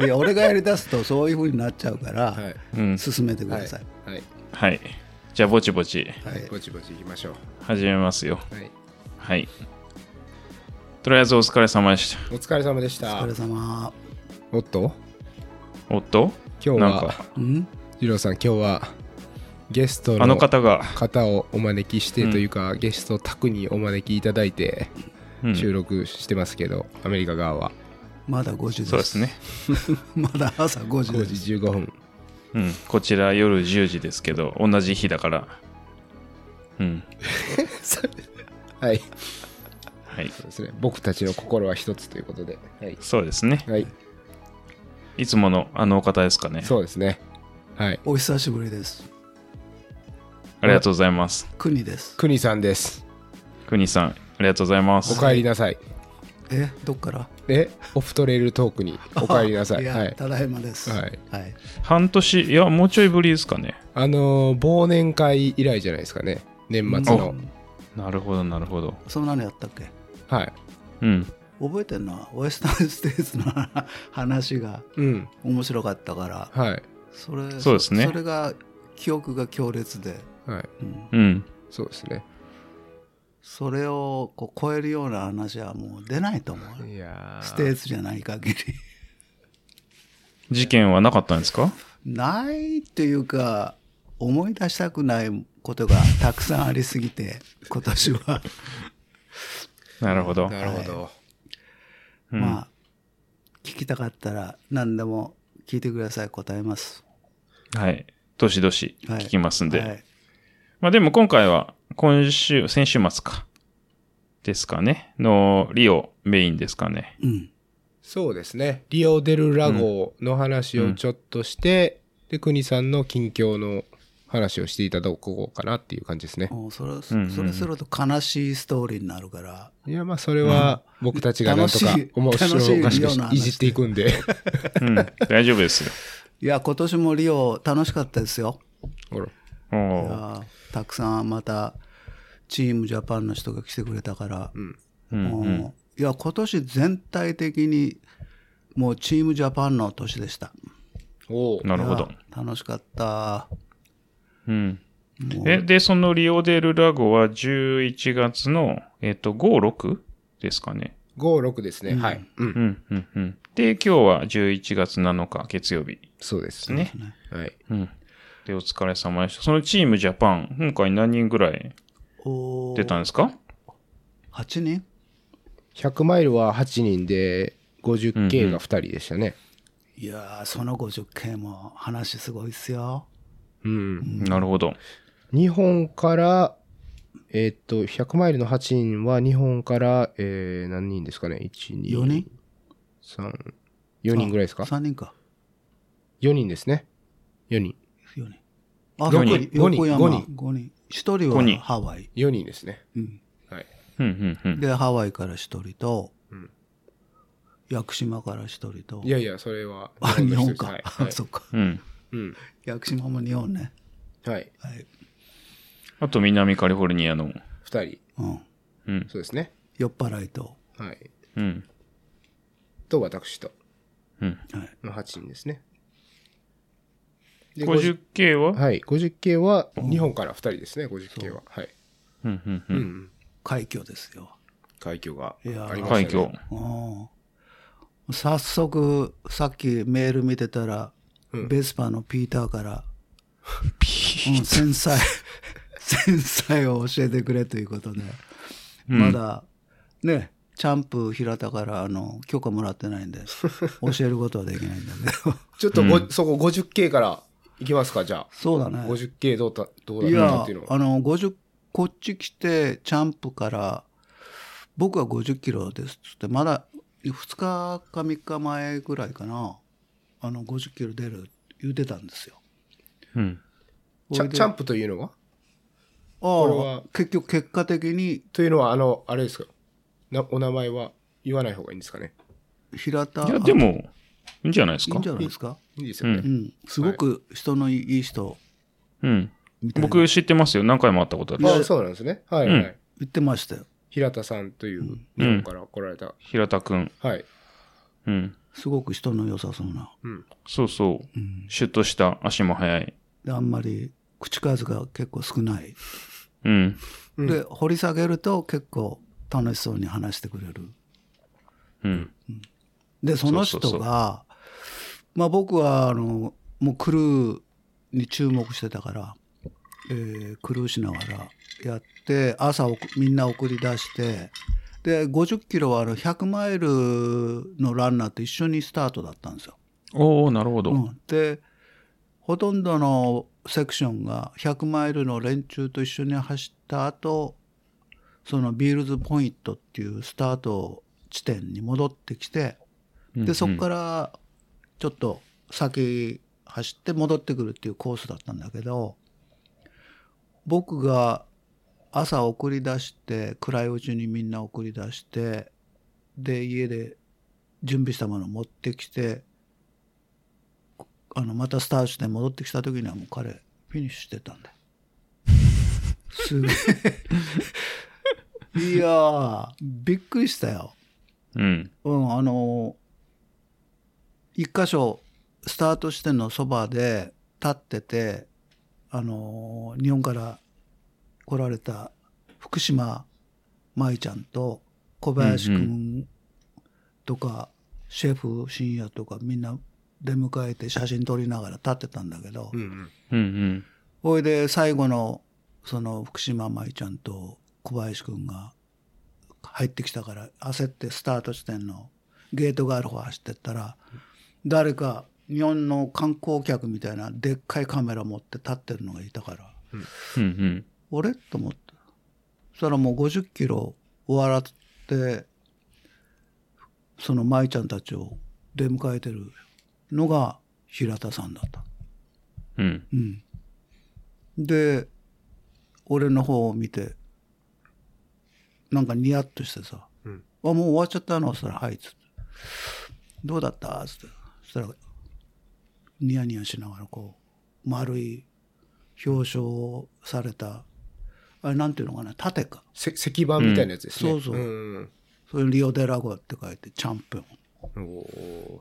いや俺がやりだすとそういうふうになっちゃうから、はいうん。進めてください、はいはい。じゃあ、ぼちぼちはい、ぼちぼちいきましょ始めますよ。うはいはい。とりあえずお疲れ様でしお疲れ様でしたお疲れ様おっとた。おっと今日なんはか、うん二郎さん今日はゲストあのの方が、方をお招きしてというか、ゲスト宅にお招きいただいてうん収録してますけど、アメリカ側はまだ5時ですそうですね。 まだ朝5時5です時15分うん。こちら夜10時ですけど、同じ日だから。うん。はいはい。そうですね僕たちの心は一つということではい、そうですね。はい、いつものあのお方ですかね。そうですねはいお久しぶりですありがとうございます。国ですくにさんですくにさん、ありがとうございまおす。かえりなさいえどっからえオフトレイルトークに おかえりなさいや、はいた だいまですはい、はい、半年、いや、もうちょいぶりですかね。あのー忘年会以来じゃないですかね年末のなるほど、なるほど。そんなのやったっけはいうん。覚えてんのはウエスタンステイツの話がうん面白かったからはいそれそうですねそれが記憶が強烈で、はいうん、うん。そうですねそれをこう超えるような話はもう出ないと思ういやステーツじゃない限り事件はなかったんですかないっていうか思い出したくないことがたくさんありすぎ て今年は、なるほど。なるほど、うんまあ聞きたかったら何でも聞いてください答えますはい。どしどしはい聞きますんで。はい、まあでも今回は、今週、先週末か。ですかね。の、リオメインですかね。うんそうですね。リオデルラ号の話をちょっとして、で、国さんの近況の話をしていただこうかなっていう感じですね。もうそれんうんそれすると悲しいストーリーになるからいや、まあ、それは僕たちがなんとか楽しい面白楽しいいおかしリくオの話いじっていく んで。うん。大丈夫ですよ。いや今年もリオ楽しかったですよほらおいーやたくさんまたチームジャパンの人が来てくれたから、うんもううん。いや今年全体的にもうチームジャパンの年でしたおうなるほどい。や楽しかったうん。もうえ、で、そのリオデルラ号は11月の、えっと、5、6ですかね。 5、6ですね。はい。うん。うん、うん、うん。で、今日は11月7日、月曜日でそうですす。ね。はい。うん。で、お疲れ様でした。そのチームジャパン、今回何人ぐらいお出たんですか8人100マイルは8人で、50K が2人でしたね。いやーその 50K も話すごいっすようん。なるほど。日本から、えーっと、100マイルの8人は日本から、えー、何人ですかね ?1、2、 4人3、4人ぐらいですか3人か ?4 人ですね。4人。 4人あ五人横に五人横山五5人人5人1人五は人ハワイ、 4人ですね。うんはい。うん、うん、うん。でハワイから1人と、ん屋久島から1人といやいや、それはあ日本か、はい。あそっかうん。うん。屋久島も日本ねはい。はい、あと、南カリフォルニアの、 2人。うん、うん、そうですね。酔っ払いと、はい。うん、と、私とうん。はい、の8人ですね。で 50K 50ははい。50K は、日本から2人ですね、50K は。はい。うん、うん、う。うんん。快挙ですよ、快挙がいやーありましたね。快挙。うん、早速さっきメール見てたら、ベスパーのピーターからうん、繊細 繊細を教えてくれということで、まだねチャンプ平田からあの許可もらってないんで教えることはできないんだけどちょっとご、そこ 50K からいきますか、じゃあ。そうだね 50K どうだどういだったっやていうのは。あの50こっち来てチャンプから僕は50キロですっつってまだ2日か3日前ぐらいかなあの50キロ出る言ってたんですよ。うん、チャチャンプというのはあれはあ結局結果的にというのは、あの、あれですか。なお名前は言わない方がいいんですかね。平田いや、でも、いいんじゃないですいいかんじゃないですか、いいですよね。うん、すごく人のいい人うん。みたいな僕知ってますよ。何回も会ったことあるあし。そうなんですね。はいはい。うん言ってましたよ。平田さんという日本から来られた。平田くん。はい。うん。すごく人の良さそうな。そうそう。シュッとした足も速い。であんまり口数が結構少ない。うん。うんで、掘り下げると結構楽しそうに話してくれる。うん。で、その人が、そうそうそまあ僕は、あの、もうクルーに注目してたから、えークルーしながらやって、朝おくみんな送り出して、で、50キロはあの100マイルのランナーと一緒にスタートだったんですよ。おおなるほど。うん、でほとんどのセクションが100マイルの連中と一緒に走った後そのビールズポイントっていうスタート地点に戻ってきてうんうでんそこからちょっと先走って戻ってくるっていうコースだったんだけど僕が朝送り出して暗いうちにみんな送り出してで家で準備したものを持ってきてあのまたスタートして戻ってきた時にはもう彼フィニッシュしてたん だよ。すげえ。いやーびっくりしたよ。うん。うん、あの一箇所スタート地点のそばで立っててあの日本から来られた福島舞ちゃんと小林くうんとか、シェフ深夜とかみんな出迎えて写真撮りながら立ってたんだけど、うんうん。うんうん。ほいで最後のその福島舞ちゃんと小林くんが入ってきたから焦ってスタート地点のゲートがある方走ってったら誰か日本の観光客みたいなでっかいカメラ持って立ってるのがいたからうんうん。俺と思ってそしたらもう50キロ終わらってその舞ちゃんたちを出迎えてるのが平田さんだった。うん。うん、で俺の方を見てなんかニヤッとしてさ「うんあもう終わっちゃったの?」そしたら「はい」っつって「どうだった?」っつってそしたらニヤニヤしながらこう丸い表彰をされたあれなんていうのかな盾かせ石板みたいなやつですね。うんそうそうんそれリオ・デラゴって書いてチャンピオン、うん。おー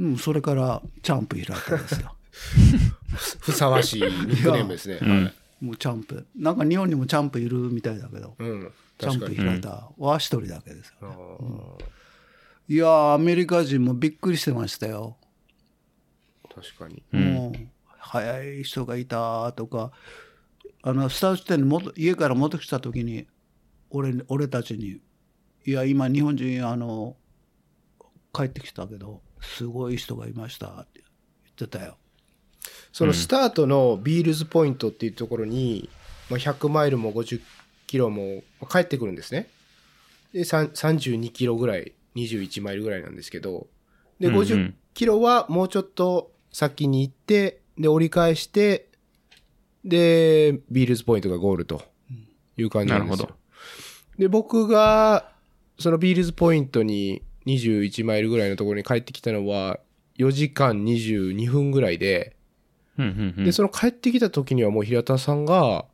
うん、それからチャンプ開いたんです よふさわしいニックネームですね。はいもうチャンプなんか日本にもチャンプいるみたいだけどうん。チャン確かプに。開いたは一人だけですよあーいやーアメリカ人もびっくりしてましたよ。確かに。もう早い人がいたとかあのスタート地点に戻家から戻ってきた時に俺に俺たちに「いや今日本人あの帰ってきたけどすごい人がいました」って言ってたよ。そのスタートのビールズポイントっていうところに、まあ、100マイルも50キロもまあ帰ってくるんですね。で、さん32キロぐらい、21マイルぐらいなんですけど、で、うんうん50キロはもうちょっと先に行って、で、折り返して、で、ビールズポイントがゴールという感じなんですよ。なるほで、僕が、そのビールズポイントに21マイルぐらいのところに帰ってきたのは、4時間22分ぐらいで、うんうんうんで、その帰ってきた時にはもう平田さんが、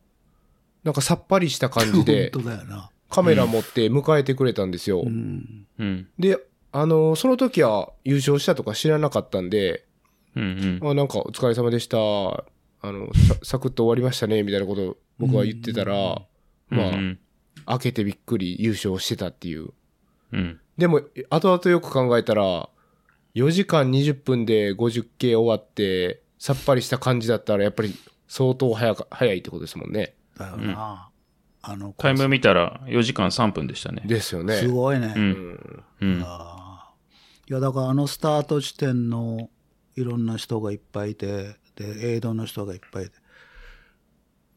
なんかさっぱりした感じ で本当だよな。カメラ持って迎えてくれたんですよ。うん、うんで、あの、その時は優勝したとか知らなかったんで、うんあなんかお疲れ様でした。あの、さサクッと終わりましたね、みたいなことを僕は言ってたら、うん。まあ、うん開けてびっくり優勝してたっていう。うん。でも、後々よく考えたら、4時間20分で50系終わって、さっぱりした感じだったら、やっぱり相当早か早いってことですもんね。だよな。あのタイム見たら4時間3分でしたね。ですよね。すごいね。う。うんん。うん。あーいやだからあのスタート地点のいろんな人がいっぱいいてでエイドの人がいっぱいいて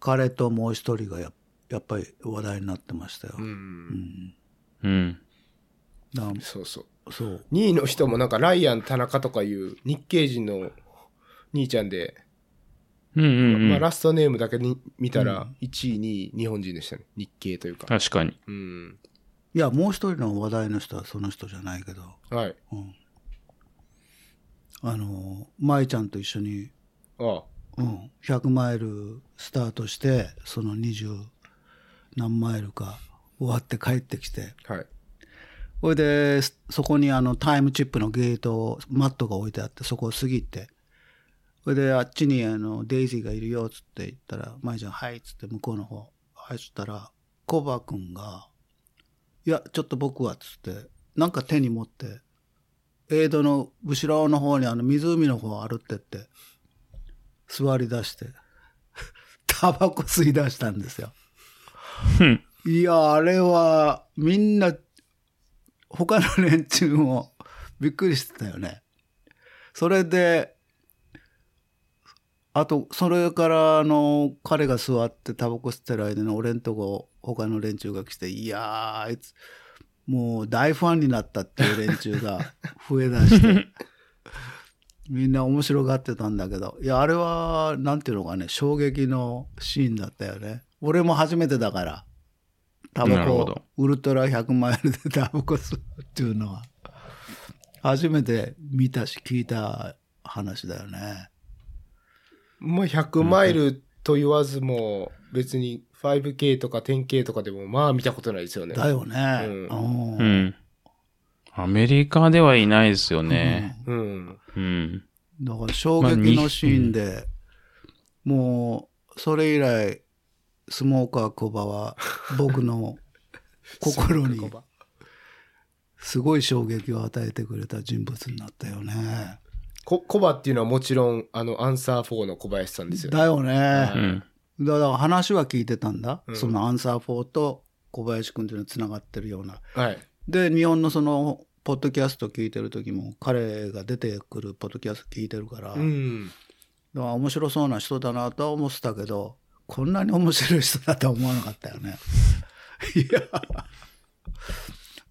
彼ともう一人がややっぱり話題になってましたよ、うん。うん。だかそうそう。らそう2位の人もなんか、ライアン・田中とかいう日系人の兄ちゃんで、うんうんまうあ、ん。ラストネームだけに見たら、1位、2位、日本人でしたね。日系というか。確かに。うん。いやもう一人の話題の人はその人じゃないけどはい。あの舞ちゃんと一緒に、ああ。うん、100マイルスタートしてその20何マイルか終わって帰ってきてはい。ほいで、そそこにあのタイムチップのゲートを、マットが置いてあって、そこを過ぎて、ほいで、あっちにあのデイジーがいるよ、つって言ったら、舞ちゃん、はい、つって向こうの方入ったら、コバ君が、いや、ちょっと僕は、つって、なんか手に持って、エイドの後ろの方にあの湖の方を歩ってって、座り出して、 タバコ吸い出したんですよ。うんいや、あれは、みんな、他の連中もびっくりしてたよね。それで、あと、それから、あの、彼が座ってタバコ吸ってる間に俺んとこ、他の連中が来て、いやー、あいつ、もう大ファンになったっていう連中が 増えだして、みんな面白がってたんだけど、いや、あれは、なんていうのかね、衝撃のシーンだったよね。俺も初めてだから、タなバるほコど、ウルトラ100マイルで タバコ吸うっていうのは、初めて見たし、聞いた話だよね。まあ、100マイルと言わずも、別に 5K とか 10K とかでも、まあ見たことないですよね。だよね。ううんうん。アメリカではいないですよね。うん。うん。だから衝撃のシーンで、もうそれ以来スモーカーコバ は僕の心にすごい衝撃を与えてくれた人物になったよね。こ、コバっていうのはもちろん、あの、アンサー4の小林さんですよね。だようね。ん。だから話は聞いてたんだ。うんそのアンサー4と小林君というのはつながってるような。はい。で日本のそのポッドキャスト聞いてる時も彼が出てくるポッドキャスト聞いてるから。うん。だから面白そうな人だなとは思ってたけど、こんなに面白い人だとは思わなかったよね。いや。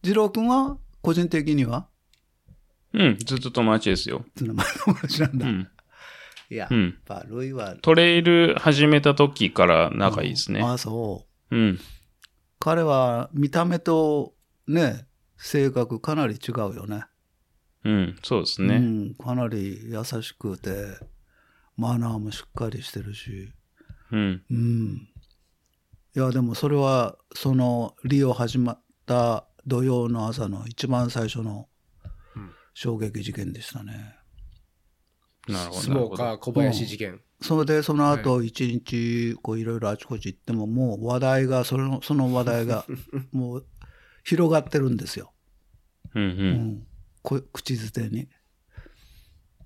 二郎くんは、個人的には、うん。ずっと友達ですよ。つの間の話なんうだ。ん。いや、うやっん。ぱ、ルイは。トレイル始めた時から仲いいですね。ああ、そう。うん。彼は、見た目と、ね、性格かなり違うよね。うん。そうですうね。ん。かなり優しくて、マナーもしっかりしてるし。うん。うん。いや、でもそれは、その、リオ始まった土曜の朝の一番最初のうん衝撃事件でしたね。なるほど。スモーカー小林事件。それで、その後、一日、こう、いろいろあちこち行っても、もう話題が、その、その話題が、もう、広がってるんですよ。うんう。うんん。こ口づてに。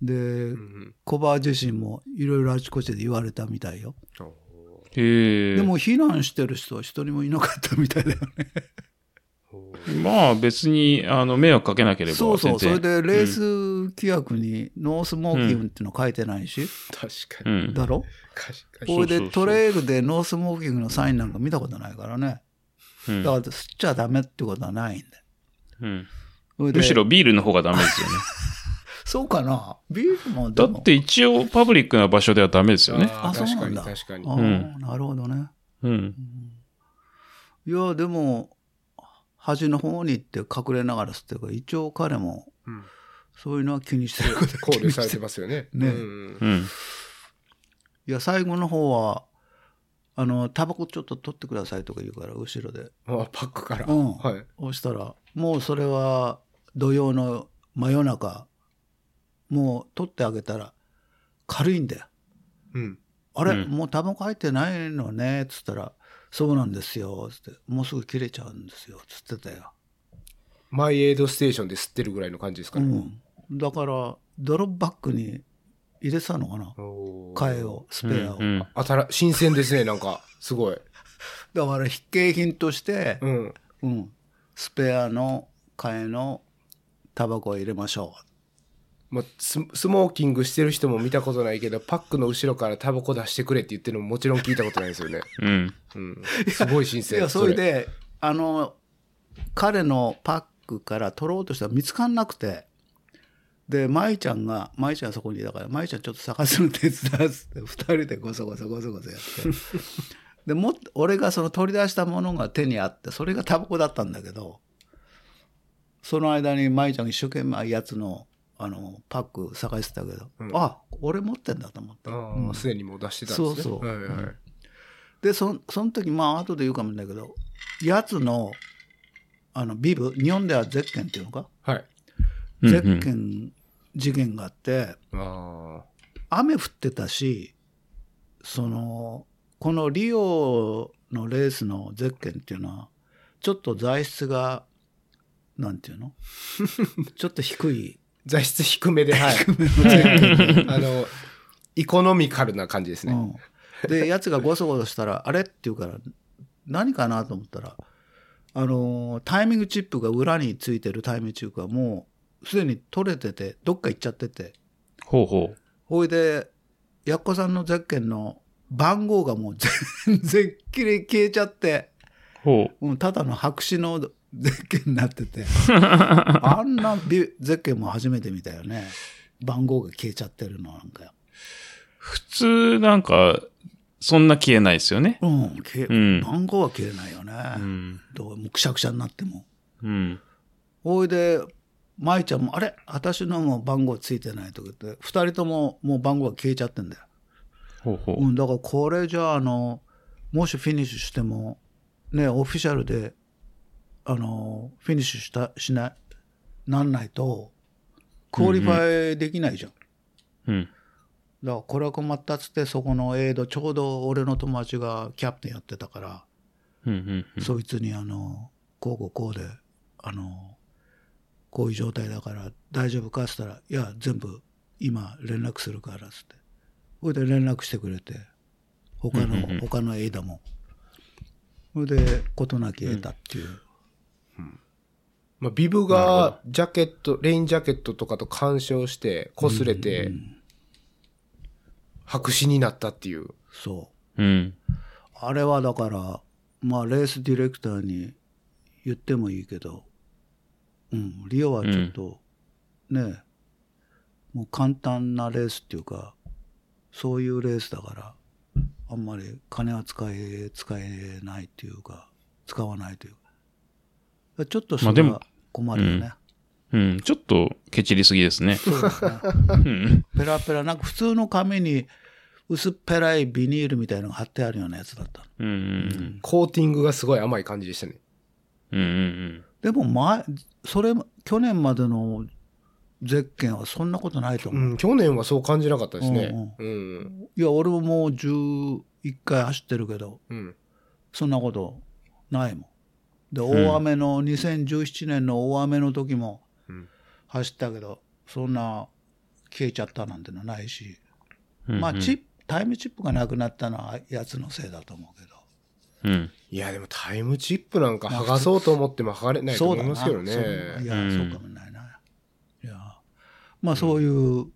でう、ん。コバ自身も、いろいろあちこちで言われたみたいよ。へえ。でも、避難してる人は一人もいなかったみたいだよね。まあ別に、あの、迷惑かけなければ。そうそう、それ全然。でレース規約にノースモーキングっていうの書いてないし、 確うかに。ん。だろ確かそに。うそうそれそうでトレイルでノースモーキングのサインなんか見たことないからね。うんだから吸っちゃダメってことはないんだようん。それで。むしろビールの方がダメですよね。そうかな。ビールもでだもって一応パブリックな場所ではダメですよね。あーあそう確なかんに、だ確かに。あうあ、うんなるほどね。うん。いや、でも、端の方に行って隠れながら吸ってるから、一応彼もんそういうのは気に してること考慮されてますよね。ねうんうん。いや、最後の方は、あの、タバコちょっと取ってくださいとか言うから、後ろで。あ、パックから。うんはい。そしたら、もうそれは土曜の真夜中、もう取ってあげたら軽いんだよ。うん。あれ、うんもうタバコ入ってないのね、つったら、そうなんですよ、つって、もうすぐ切れちゃうんですよ、つってたよ。マイエイドステーションで吸ってるぐらいの感じですかうね。ん。だから、ドロップバッグに入れてたのかなおー替えを、スペアを。うん。新新鮮ですね、なんか。すごい。だから、必携品として、うん。うん、スペアの替えのタバコを入れましょまあ、ススモーキングしてる人も見たことないけど、パックの後ろからタバコ出してくれって言ってるのももちろん聞いたことないですよね。うん。うん。すごい新う。鮮いや、それ。で、あの、彼のパックから取ろうとしたら見つかんなくて、で、舞ちゃんが、舞ちゃんそこにいたから、舞ちゃんちょっと探すの手伝うっつって、 二人でごそごそごそごそやって。で、もっと、俺がその取り出したものが手にあって、それがタバコだったんだけど、その間に舞ちゃんが一生懸命やつの、あの、パック探してたけど、うんあ、俺持ってんだと思ってあ。ーすでにもう出してたんですね。そうそうはいはい。で、そんその時、まあ、後で言うかもだけど、やつの、あの、ビブ、日本ではゼッケンっていうのか、はい。うんゼッケン事件があって、ああ。雨降ってたし、その、このリオのレースのゼッケンっていうのは、ちょっと材質が、なんていうのちょっと低い。 材質低めで、はい。あの、エコノミカルな感じですね。うん、で、やつがごそごそしたら、あれって言うから、何かなと思ったら、あのータイミングチップが裏についてるタイミングチップがもう、すでに取れてて、どっか行っちゃってて、ほうほほいで、やっこさんのゼッケンの番号がもう 全然きれい消えちゃって、う。ほう。もうただの白紙のゼッケンになって て、あんなビゼッケンも初めて見たよね。番号が消えちゃってるのなんか。普通なんか、そんな消えないですよね。うん、消えうん番号は消えないよね。うん。どうもうくしゃくしゃになっても。うん。ほいで、舞ちゃんも、あれ私のも番号ついてないとか言って、二人とももう番号が消えちゃってんだよ。ほうほうん、だからこれじゃあ、あの、もしフィニッシュしても、ね、オフィシャルで、あの、フィニッシュした、しない、なんないと、クオリファイできないじゃん。う。うん。だからこれは困ったっつって、そこのエイド、ちょうど俺の友達がキャプテンやってたから、うんうんうん。そいつにあの、こうこうこうで、あの、こういう状態だから大丈夫かっつったら、いや、全部今連絡するからっつって。それで連絡してくれて、他の、うんうんうん他の枝も。それで事なき得たっていう。まあ、ビブがジャケット、レインジャケットとかと干渉して、擦れて、白紙になったっていう。そう。うん。あれはだから、まあ、レースディレクターに言ってもいいけど、うん、リオはちょっと、ねえ、もう簡単なレースっていうか、そういうレースだから、あんまり金は使え、使えないっていうか、使わないというか、ちょっとそまあでれもは困るよね。うん。ちょっと、ケチりすぎで すね。そうですね。うん。ペラペラ、なんか普通の紙に薄っぺらいビニールみたいなのが貼ってあるようなやつだったの。うんうんコーティングがすごい甘い感じでしたね。うん。うんうんでも前、それ、去年までのゼッケンはそんなことないとう思う。ん、去年はそう感じなかったですね。うん、いや、俺ももう11回走ってるけど、うん。そんなことないもん。で、大雨の、2017年の大雨の時もうん走ったけど、そんな消えちゃったなんてのないし、うん。まあ、チップ、タイムチップがなくなったのはやつのせいだと思うけど。うん。いや、でもタイムチップなんか剥がそうと思っても剥がれないとそうだ思いな。ますけどそうだないね。や、うんそうかもないな。いや、まあそういう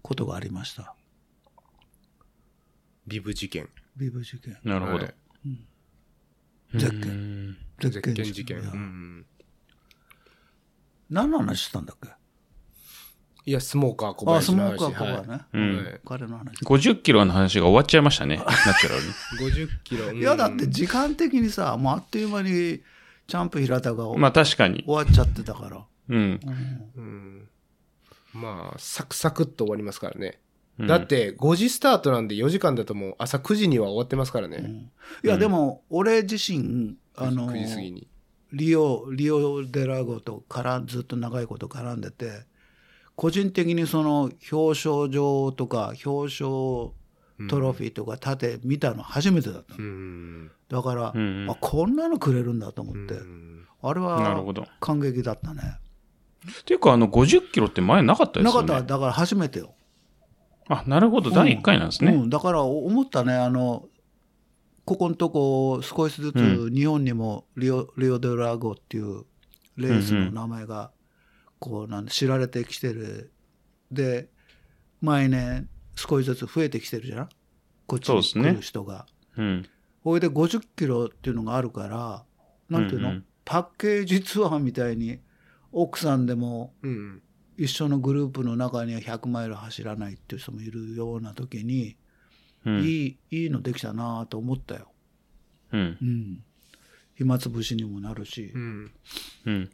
ことがありました。ビブ事件。ビブ事件。なるほはどい。ゼッケン。ン。ゼ絶見事件。いやうん。何の話したんだっけいや、スモーカー小あ、林スのモ話。ーカーコバね。うんはい彼の話。 50キロの話が終わっちゃい ましたね。ナチュラル50に。キロ。うんいや、だって時間的にさ、もうあっという間にチャンプ平田が終まあ確かに。わっちゃってたから。うん。うんうんまあ、サクサクっと終わりますからね。うんだっ、て、5時スタートなんで4時間だともう朝9時には終わってますからね。いや、でも、俺自身、あの、 9時過ぎに。リオ、リオデラゴとからずっと長いこと絡んでて、個人的にその表彰状とか表彰トロフィーとか盾見たの初めてだったの。うん。だから、うんうんあ、こんなのくれるんだと思って、うんあれなるほはど。感激だったね。っていうか、あの、50キロって前なかったですなかよっね。た、だから初めてよ。あ、なるほど。第1回なんですね。うん、だからお思ったね、あの、ここのとこ少しずうつ日本にもリオ、リオデラゴっていうレースの名前が、こうなんで知られてきてる。で、毎年少しずつ増えてきてるじゃんこっちそうにですね来る人が。うん。ほいで50キロっていうのがあるから、なんていうの、うんうんパッケージツアーみたいに奥さんでもうん。一緒のグループの中には100マイル走らないっていう人もいるような時に、うん。いい、いいのできたなと思ったよ。うんう。ん。暇つぶしにもなるしう。ん。うん。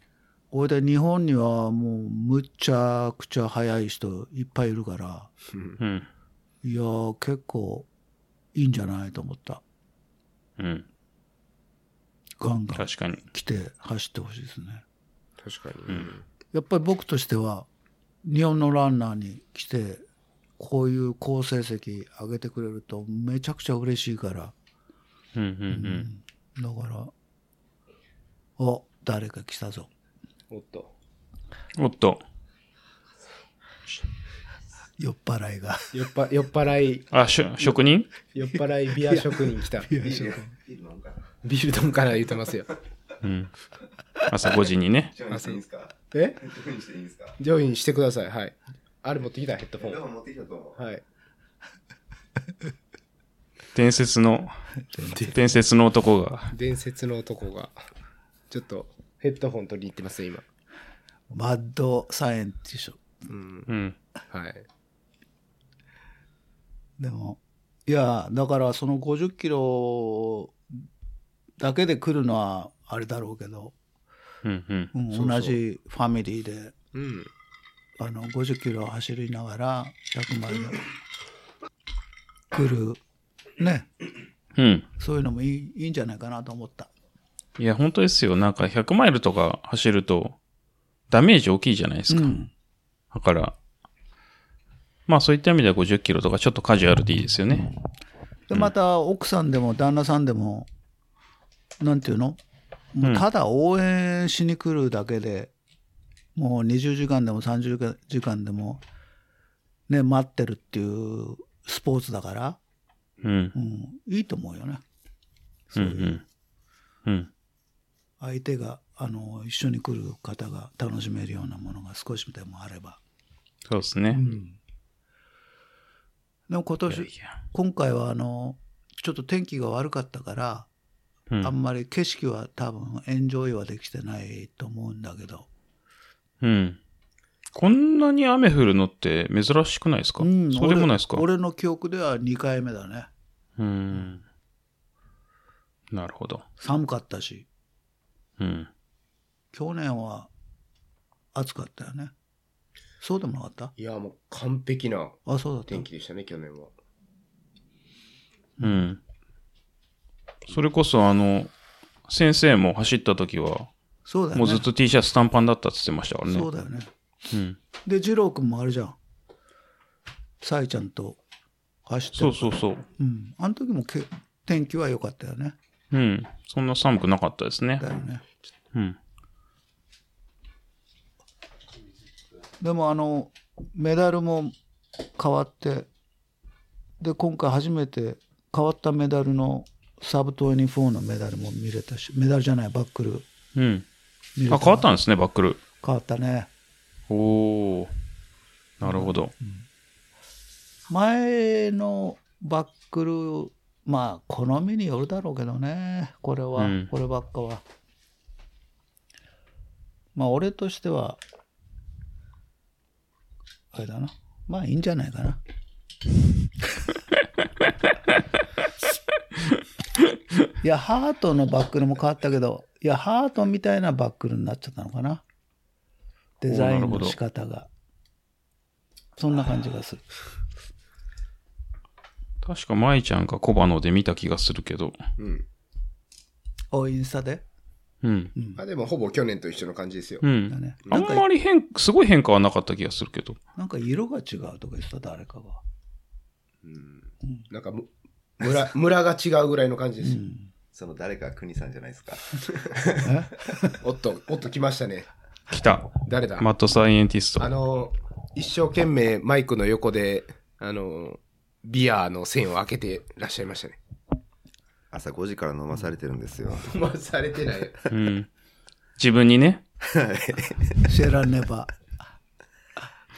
これで日本にはもうむちゃくちゃ速い人いっぱいいるから、うんうん。いやー結構いいんじゃないと思った。うん。ガンガン確かに。来て走ってほしいですね。確かに。うんやっぱり僕としては、日本のランナーに来て、こういう好成績上げてくれるとめちゃくちゃ嬉しいから。うんうんうん。だから、お、誰か来たぞ。おっと。おっと。酔っ払いが。 酔っぱ酔っ払い、あ、しょ職人酔っ払いビア職人 来た。ビールドンから言ってますよ。うん。朝5時にね。ジョインしていいんですかえジョインしていいんですかジョインしてください。はい。あれ持ってきたヘッドフでォも持ってきたと思ン。はい。伝説の、伝説の男が。伝説の男が、ちょっとヘッドフォン取りに行ってますよ、マッドサイエンティショ今。うん。うん。はい。でも、いや、だからその50キロだけで来るのはあれだろうけど、うんうん。うんそうそう同じファミリーで、うん。あの、50キロ走りながら、100マイル来る、ね、うん。そういうのもいいいいんじゃないかなと思った。いや、本当ですよ。なんか100マイルとか走ると、ダメージ大きいじゃないですか。うんだから、まあそういった意味では50キロとかちょっとカジュアルでいいですよね。で、また奥さんでも旦那さんでも、なんていうのもうただ応援しに来るだけで、もう20時間でも30時間でも、ね、待ってるっていうスポーツだから、うんう。ん、いいと思うよね。うんうん。うん。相手が、あの、一緒に来る方が楽しめるようなものが少しでもあれば。そうですね。でも今いやい年、や今回はあの、ちょっと天気が悪かったから、うんあんまり景色は多分エンジョイはできてないと思うんだけど。うん。こんなに雨降るのって珍しくないですか、うんそうでもないですか俺俺の記憶では2回目だね。うん。なるほど。寒かったし、うん。去年は暑かったよね。そうでもなかったいや、もう完璧なあ、そうだった。天気でしたね、去年は。うん。それこそあの、先生も走った時は、そうだよね。もうずっと T シャツ短パンだったって言ってましたからね。そうだよね。うん。で、二郎君もあれじゃん。サイちゃんと走ってるそうそうそう。うん。あの時もけ天気は良かったよね。うん。そんな寒くなかったですねだ。よね。うん。でもあの、メダルも変わって、で、今回初めて変わったメダルのサブ24のメダルも見れたし、メダルじゃない、バックルうん。見れあ、変わったんですね、バックル。変わったね。おー。なるほど。前のバックル、まあ、好みによるだろうけどね、これは、うんこればっかは。まあ、俺としては、あれだな。まあ、いいんじゃない かな。いや、ハートのバックルも変わったけど、いや、ハートみたいなバックルになっちゃったのかな。デザインの仕方が。そんな感じがする。確か、舞ちゃんが小バので見た気がするけど。うん。おインスタでうん。あ、でもほぼ去年と一緒の感じですよう。だん。ね。あなんんか、まり変、すごい変化はなかった気がするけど。なんか色が違うとか言ってた、誰かが。なんかむ、村、 村が違うぐらいの感じですよ。その誰か国さんじゃないですか。おっと、おっと来ましたね。来た。誰だマットサイエンティストあ。の、一生懸命マイクの横で、あの、ビアの線を開けてらっしゃいましたね。朝5時から飲まされてるんですよ。 まあ、されてない。うん。自分にね。シエラネ バ。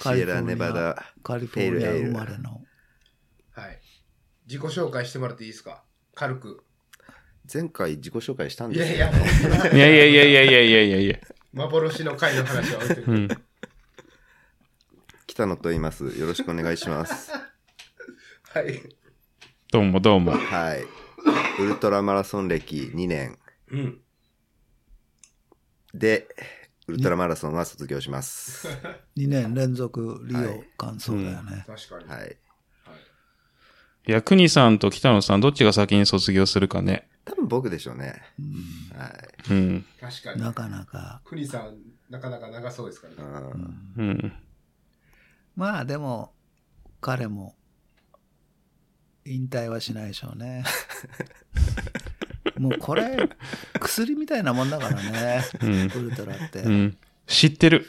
シエラネバダカリフォルニアペールエール生まれの。はい。自己紹介してもらっていいですか軽く。前回自己紹介したんいですやよいや、いやいやいやいやいやいやいやいや。幻の回の話は置いといてうん。北野と言います。よろしくお願いします。はい。どうもどうも。はい。ウルトラマラソン歴2年うん。で、ウルトラマラソンは卒業します。 2年連続リはオい完走だよね。確かに。はい。いや、国さんと北野さん、どっちが先に卒業するかね。多分僕でしょうね。うんはい。うん。確かなかなか。クリさん、なかなか長そうですからね。ううん。ん。まあでも、彼も、引退はしないでしょう ね。もうこれ、薬みたいなもんだからね、うんウルトラって、うん。知ってる。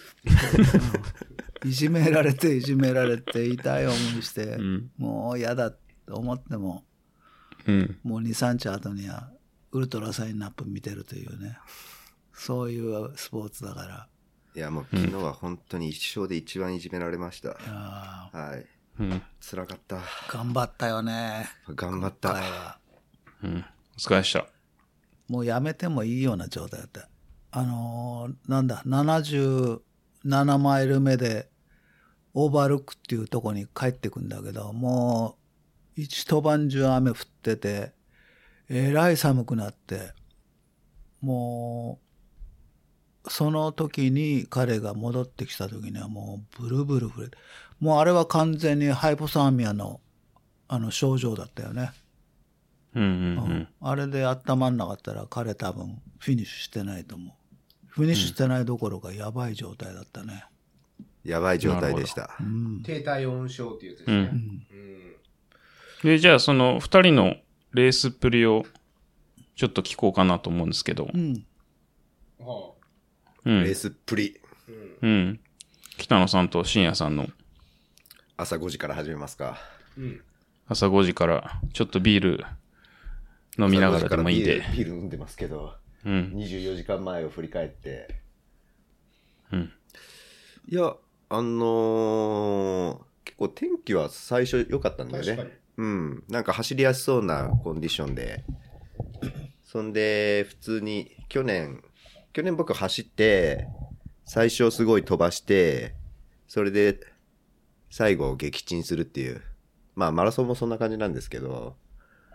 いじめられて、いじめられて、痛い思いして、うん。もう嫌だって思っても、うん。もう2、3日後には、ウルトラサインナップ見てるというね、そういうスポーツだからいや、もう昨日は本当に一生で一番いじめられました。いやはい。うん。辛かった。ー、頑張ったよね、頑張っ彼た。は。うん。お疲れでした。もうやめてもいいような状態だった。あのーなんだ、77マイル目で、オーバールックっていうとこに帰ってくんだけど、もう、一晩中雨降ってて、えらい寒くなって、もう、その時に彼が戻ってきた時にはもうブルブル震えて、もうあれは完全にハイポサーミアの、あの症状だったよね。うんうんううんん。あれで温まんなかったら彼多分フィニッシュしてないと思う。フィニッシュしてないどころかやばい状態だったね。やばい状態でしたう。ん。低体温症っていうやつですううんね。んうん。で、じゃあ、その、二人のレースっぷりを、ちょっと聞こうかなと思うんですけどう。ん。はうレーん。スっぷり。あ。うん。うん。北野さんと深夜さんの朝5時から始めますか。うん。朝5時から、ちょっとビール飲みながらでもいい朝5時でか。らビールビール飲んでますけど、うん。 24時間前を振り返って。うん。いや、あのー結構天気は最初良かったんだよ確かにね。。うん。なんか走りやすそうなコンディションで。そんで、普通に、去年、去年僕走って、最初すごい飛ばして、それで、最後撃沈するっていう。まあ、マラソンもそんな感じなんですけど、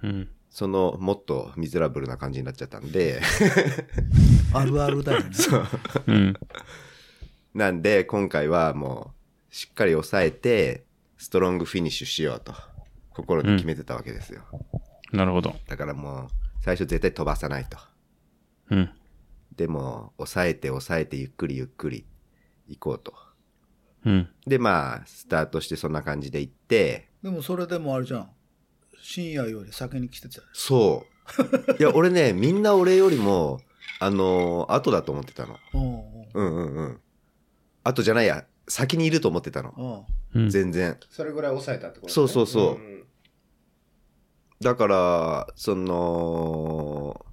うん。その、もっとミゼラブルな感じになっちゃったんで、あるあるだよね。うん。なんで、今回はもう、しっかり抑えて、ストロングフィニッシュしようと、心に決めてたわけですよ。なるほど。だからもう、最初絶対飛ばさないと。うん。でも、抑えて抑えてゆっくりゆっくり行こうと。うん。で、まあ、スタートしてそんな感じで行って、でもそれでもあれじゃん。深夜より先に来てた。そ う。いや、俺ね、みんな俺よりも、あのー後だと思ってたの。うんうん。うんうんうん。後じゃないや、先にいると思ってたの。うん。うん。全然。それぐらい抑えたってことねそうそうそううんだから、その、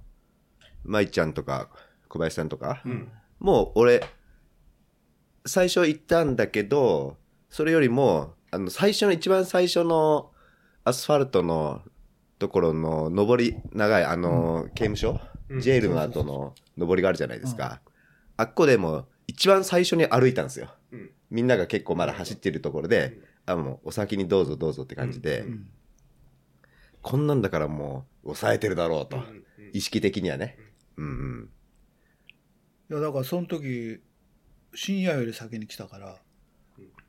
舞ちゃんとか、小林さんとか、うん。もう俺、最初行ったんだけど、それよりも、あの、最初の、一番最初のアスファルトのところの上り、長い、あの、刑務所、うんジェイルの後の上りがあるじゃないですか。あっこでも、一番最初に歩いたんですよ。うんみんなが結構まだ走ってるところで、あ、もうお先にどうぞどうぞって感じで、うんこんなんだからもう、抑えてるだろううと。んうん意識的にはね。うんうん。いやだからその時、深夜より先に来たから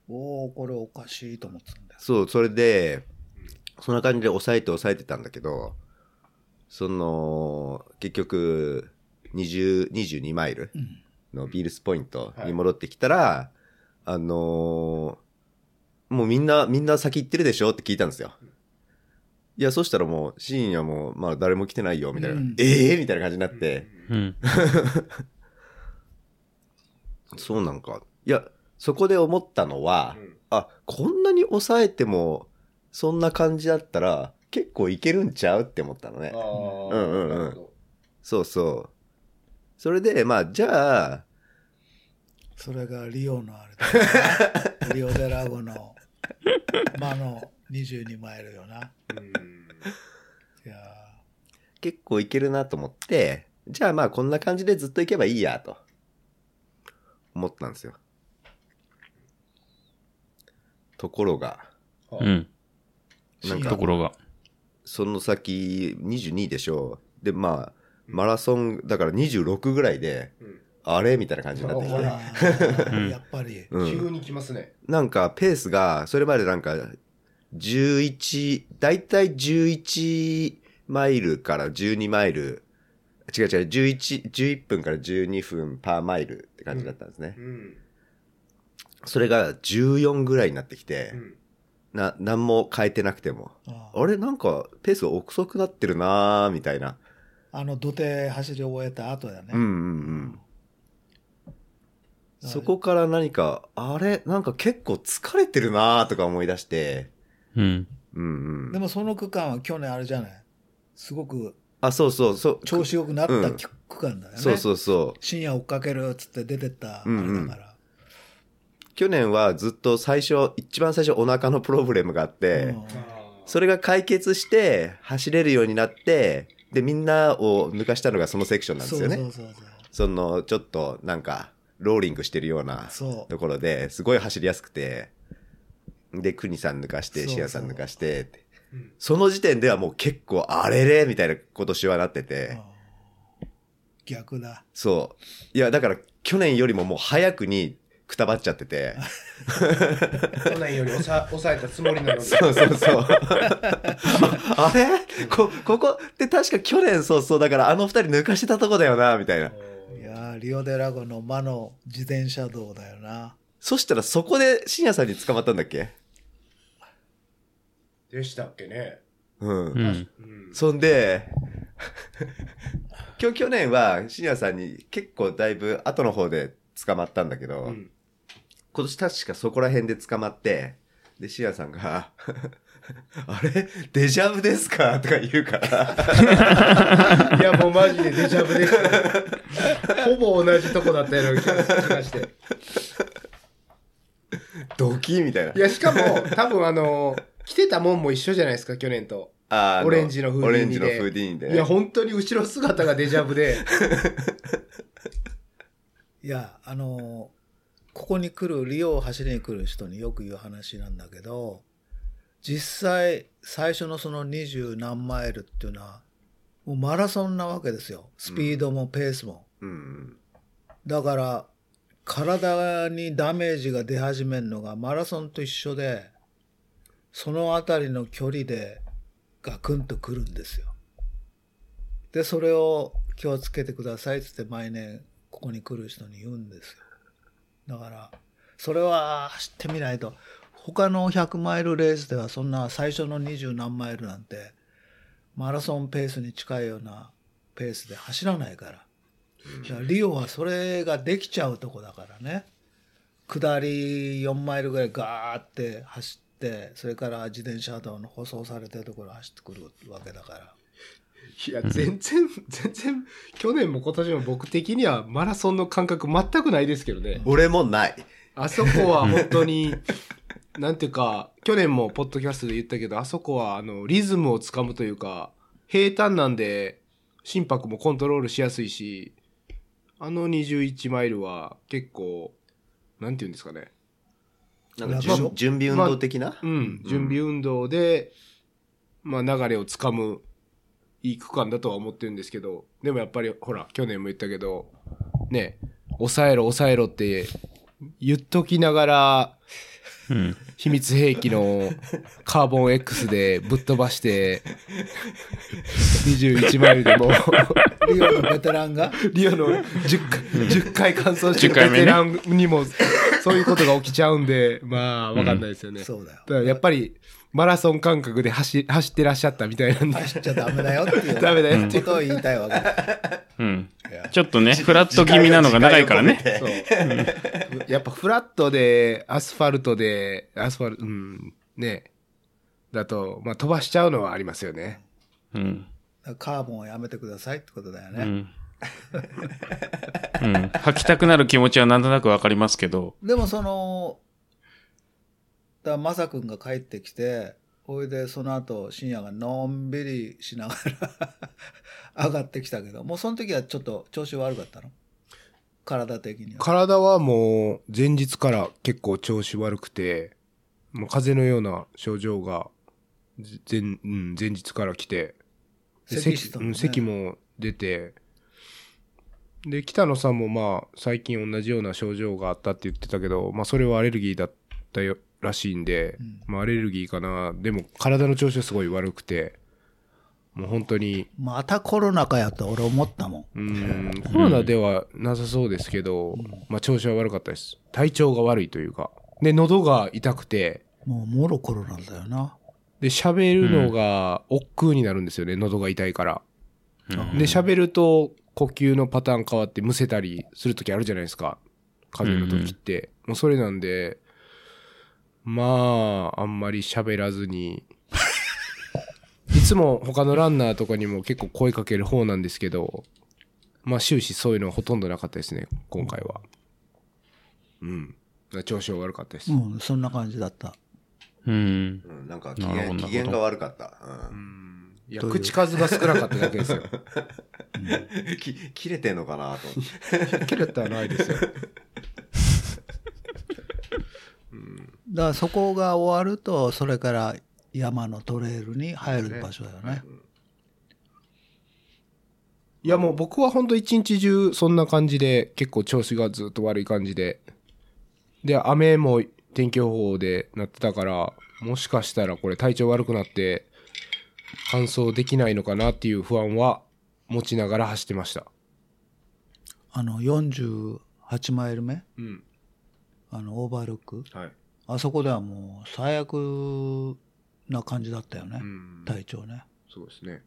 うん、おおこれおかしいと思ってたんだよ。そう、それでうん、そんな感じで抑えて抑えてたんだけど、その、結局、20、22マイルうん。のビールスポイントはいに戻ってきたら、あのーもうみんな、みんな先行ってるでしょって聞いたんですよ。いや、そしたらもう、深夜も、まあ誰も来てないよ、みたいな。うんええみたいな感じになって、うん。そうなんか。いや、そこで思ったのは、うんあ、こんなに抑えても、そんな感じだったら、結構いけるんちゃうって思ったのねあ。ーうんうんうんなるほそうそう。それで、まあ、じゃあ、それがリオのあれだよなリオデラゴの魔の22マイルよな。どうんいや結構いけるなと思って、じゃあまあ、こんな感じでずっといけばいいや、と。思ったんですよ。ところが、はあうん。ーなんかところが。その先、22でしょう。で、まあ、マラソン、だから26ぐらいで、うんあれみたいな感じになってきほて。ら、うんやっぱり。うん急に来ますね。なんかペースが、それまでなんか11、だいたい11マイルから12マイル、違う違う、11、11分から12分パーマイルって感じだったんですね。うん。それが14ぐらいになってきて、うんな、何も変えてなくても。ああれなんかペース遅くなってるなーみたいな。あの土手走り終えた後やね、うんうんうん。はいそこから何か、あれなんか結構疲れてるなーとか思い出して、うん。うんうでん。もその区間は去年あれじゃないすごくあ、そうそうそう。調子良くなったうん区間だよね、そうそうそう。深夜追っかけるっつって出てったあれだから、うんうん去年はずっと最初、一番最初お腹のプロブレムがあって、それが解決して、走れるようになって、で、みんなを抜かしたのがそのセクションなんですよね。そそうそうそうの、ちょっと、なんか、ローリングしてるようなそうそうところで、すごい走りやすくて、で、クニさん抜かして、そうそうシアさん抜かしてってうんその時点ではもう結構、あれれみたいなことしはなってて、うん逆だそう。いや、だから、去年よりももう早くにくたばっちゃってて、去年より抑 え抑えたつもりなのに。そうそ うそう。ああれこ、ここって確か去年そうそうだからあの二人抜かしてたとこだよな、みたいな。いやーリオデラゴの魔の自転車道だよなそしたらそこで深夜さんに捕まったんだっけでしたっけね。うん。うん。うんそんで、今日去年は深夜さんに結構だいぶ後の方で捕まったんだけど、うん 今年確かそこら辺で捕まって、で、深夜さんが、 あれデジャブですかとか言うから。 いや、もうマジでデジャブでした。ほぼ同じとこだったような気がして。。ドキみたいないや、しかも、多分あの、着てたもんも一緒じゃないですか、去年と。ああオレンジのフーディーニでオレンジのフーディーニで。いや、本当に後ろ姿がデジャブで。いやあのーここに来るリオを走りに来る人によく言う話なんだけど実際最初のその二十何マイルっていうのはもうマラソンなわけですよスピードもペースも、うんうん。だから体にダメージが出始めるのがマラソンと一緒でその辺りの距離でガクンとくるんですよ。でそれを気をつけてくださいっつって毎年ここに来る人に言うんですよ。だからそれは走ってみないと他の100マイルレースではそんな最初の20何マイルなんてマラソンペースに近いようなペースで走らないから。だからリオはそれができちゃうとこだからね下り4マイルぐらいガーって走ってそれから自転車道の舗装されてるところ走ってくるわけだから いや、全然、全然、去年も今年も僕的にはマラソンの感覚全くないですけどね。俺もない。あそこは本当に、 なんていうか、去年もポッドキャストで言ったけど、あそこはあのリズムをつかむというか、平坦なんで心拍もコントロールしやすいし、あの21マイルは結構、なんていうんですかね。なんか楽準準備運動的な、うん、準備運動で、まあ流れをつかむ、いい区間だとは思ってるんですけど、でもやっぱり、ほら、去年も言ったけど、ね、抑えろ、抑えろって言っときながら、うん。秘密兵器のカーボン X でぶっ飛ばして、21マイルでも、リオのベテラン がリオの10回、10回完走してる10回ベ目ねテランにも、そういうことが起きちゃうんで、まあ、わかんないですよね。そうだよだからやっぱり、マラソン感覚で走走ってらっしゃったみたいなんで、走っちゃダメだよっていう ダメだよっこていう。とを言いたいわけだうん。いやちょっとね、フラット気味なのが長いからね。そううんやっぱフラットで、アスファルトで、アスファルト、うん、ね、だと、まあ飛ばしちゃうのはありますよね。うん。カーボンをやめてくださいってことだようね、ん。うん。吐きたくなる気持ちはなんとなくわかりますけど。でもそのだからマサ君が帰ってきておいでその後深夜がのんびりしながら 上がってきたけどもうその時はちょっと調子悪かったの体的には体はもう前日から結構調子悪くて、もう風邪のような症状がぜ前,、うん、前日から来て、で咳してたもんね咳うん咳も出て、で、北野さんもまあ最近同じような症状があったって言ってたけど、まあそれはアレルギーだったよらしいんで、まあ、アレルギーかな。でも、体の調子はすごい悪くて、もう本当に、またコロナかやと俺思ったもん。うん、コロナではなさそうですけど、まあ、調子は悪かったです。体調が悪いというか。で、喉が痛くて、もうもろコロナだよな。で、喋るのが億劫になるんですよね、喉が痛いから。で、喋ると呼吸のパターン変わってむせたりする時あるじゃないですか。風邪の時って。もうそれなんで、まあ、あんまり喋らず に。いつも他のランナーとかにも結構声かける方なんですけど、まあ終始そういうのはほとんどなかったですね、今回は。うん。調子は悪かったです。うん、そんな感じだった。うん。うん、なんか機なるほ嫌ど機嫌が悪かった。いや、口数が少なかっただけです よ。うん、 き切れてんのかなと思 って。切れたらないですよ。だからそこが終わると、それから山のトレイルに入る場所だよね。いやもう僕は本当一日中そんな感じで結構調子がずっと悪い感じでで雨も天気予報でなってたからもしかしたらこれ体調悪くなって完走できないのかなっていう不安は持ちながら走ってましたあの、48マイル目うんあの、オーバールック。はいあそこではもう最悪な感じだったよね。ん体調ね。そうですね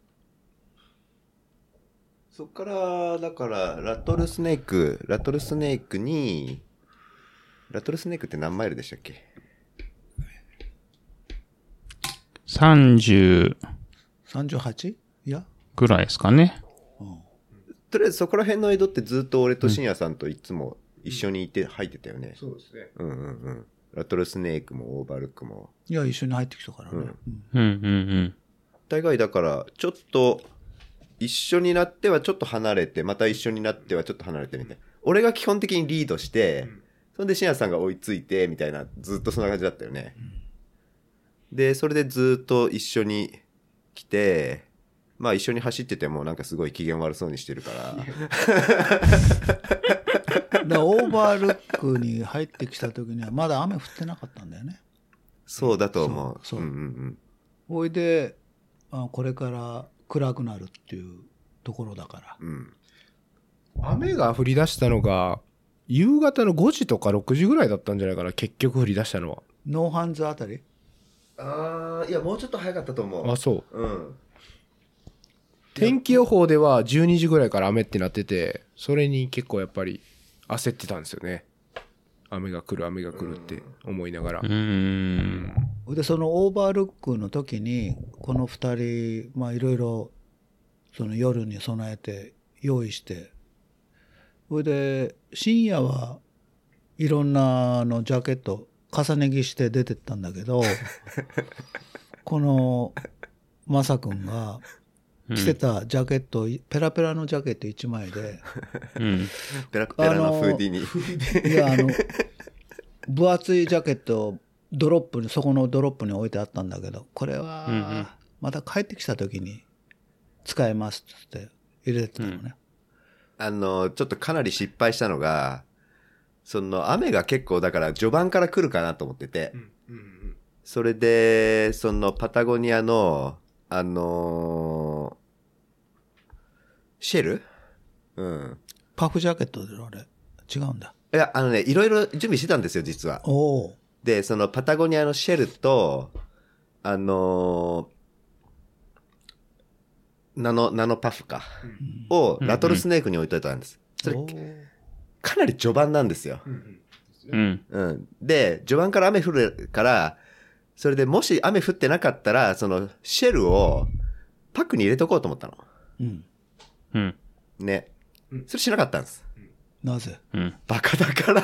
そっから、だから、ラトルスネーク、ラトルスネークに、ラトルスネークって何マイルでしたっけ30 38? いやぐらいですかね。とりあえずそこら辺の江戸ってずっと俺と深夜さんといつも一緒にいて、入ってたよね。そうですねうんうんうん。ラトルスネークもオーバールックも。いや、一緒に入ってきたからね。うんうんうんうん大概だから、ちょっと、一緒になってはちょっと離れて、また一緒になってはちょっと離れてみたいな。俺が基本的にリードして、そんで深夜さんが追いついて、みたいな、ずっとそんな感じだったよね。で、それでずっと一緒に来て、まあ一緒に走っててもなんかすごい機嫌悪そうにしてる から、だからオーバールックに入ってきた時にはまだ雨降ってなかったんだよね。そうだと思う。そうそうんうんおいであこれから暗くなるっていうところだからうん。うん。雨が降り出したのが夕方の5時とか6時ぐらいだったんじゃないかな結局降り出したのはノーハンズあたりあー、いや、もうちょっと早かったと思う。あそううん。天気予報では12時ぐらいから雨ってなっててそれに結構やっぱり焦ってたんですよね雨が来る雨が来るって思いながらうん。うーん。でそのオーバールックの時にこの2人まあいろいろその夜に備えて用意してそれで深夜はいろんなあのジャケット重ね着して出てったんだけどこのまさくんが着てたジャケット、ペラペラのジャケット1枚で。うん。ペラッペラなフーディーに。いや、あの、分厚いジャケットをドロップに、そこのドロップに置いてあったんだけど、これうんうんは、また帰ってきた時に使えますっつって入れてたのね。あの、ちょっとかなり失敗したのが、その雨が結構だから序盤から来るかなと思ってて、それで、そのパタゴニアの、あのーシェルうん。パフジャケットであれ。違うんだ。いや、あのね、いろいろ準備してたんですよ、実は。おおで、そのパタゴニアのシェルと、あのーナノ、ナノパフか。をラトルスネークに置いといたんです。それおーかなり序盤なんですよ。うん。うん。で、序盤から雨降るから、それでもし雨降ってなかったら、そのシェルをパックに入れとこうと思ったの。うん。うん。ねうん。それしなかったんです。なぜうん。バカだから。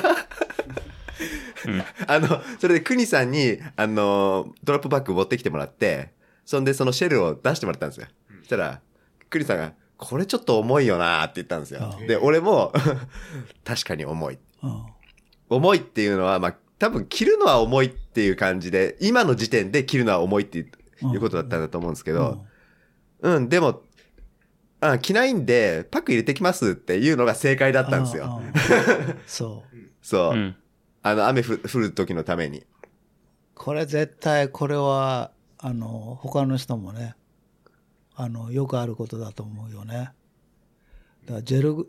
あの、それでクニさんに、あの、ドロップバッグ持ってきてもらって、そんでそのシェルを出してもらったんですよ。そしたら、クニさんが、これちょっと重いよなーって言ったんですよあ。あで、俺も、 確かに重い。うん。重いっていうのは、まあ、多分着るのは重いっていう感じで、今の時点で着るのは重いっていううんいうことだったんだと思うんですけうどん、うん、でも、あ着ないんで、パック入れてきますっていうのが正解だったんですあ よ。ー。あーそう。そう。うん。あの、雨ふ降る時のために。これ絶対、これは、あの、他の人もね、あの、よくあることだと思うよね。だからジェル、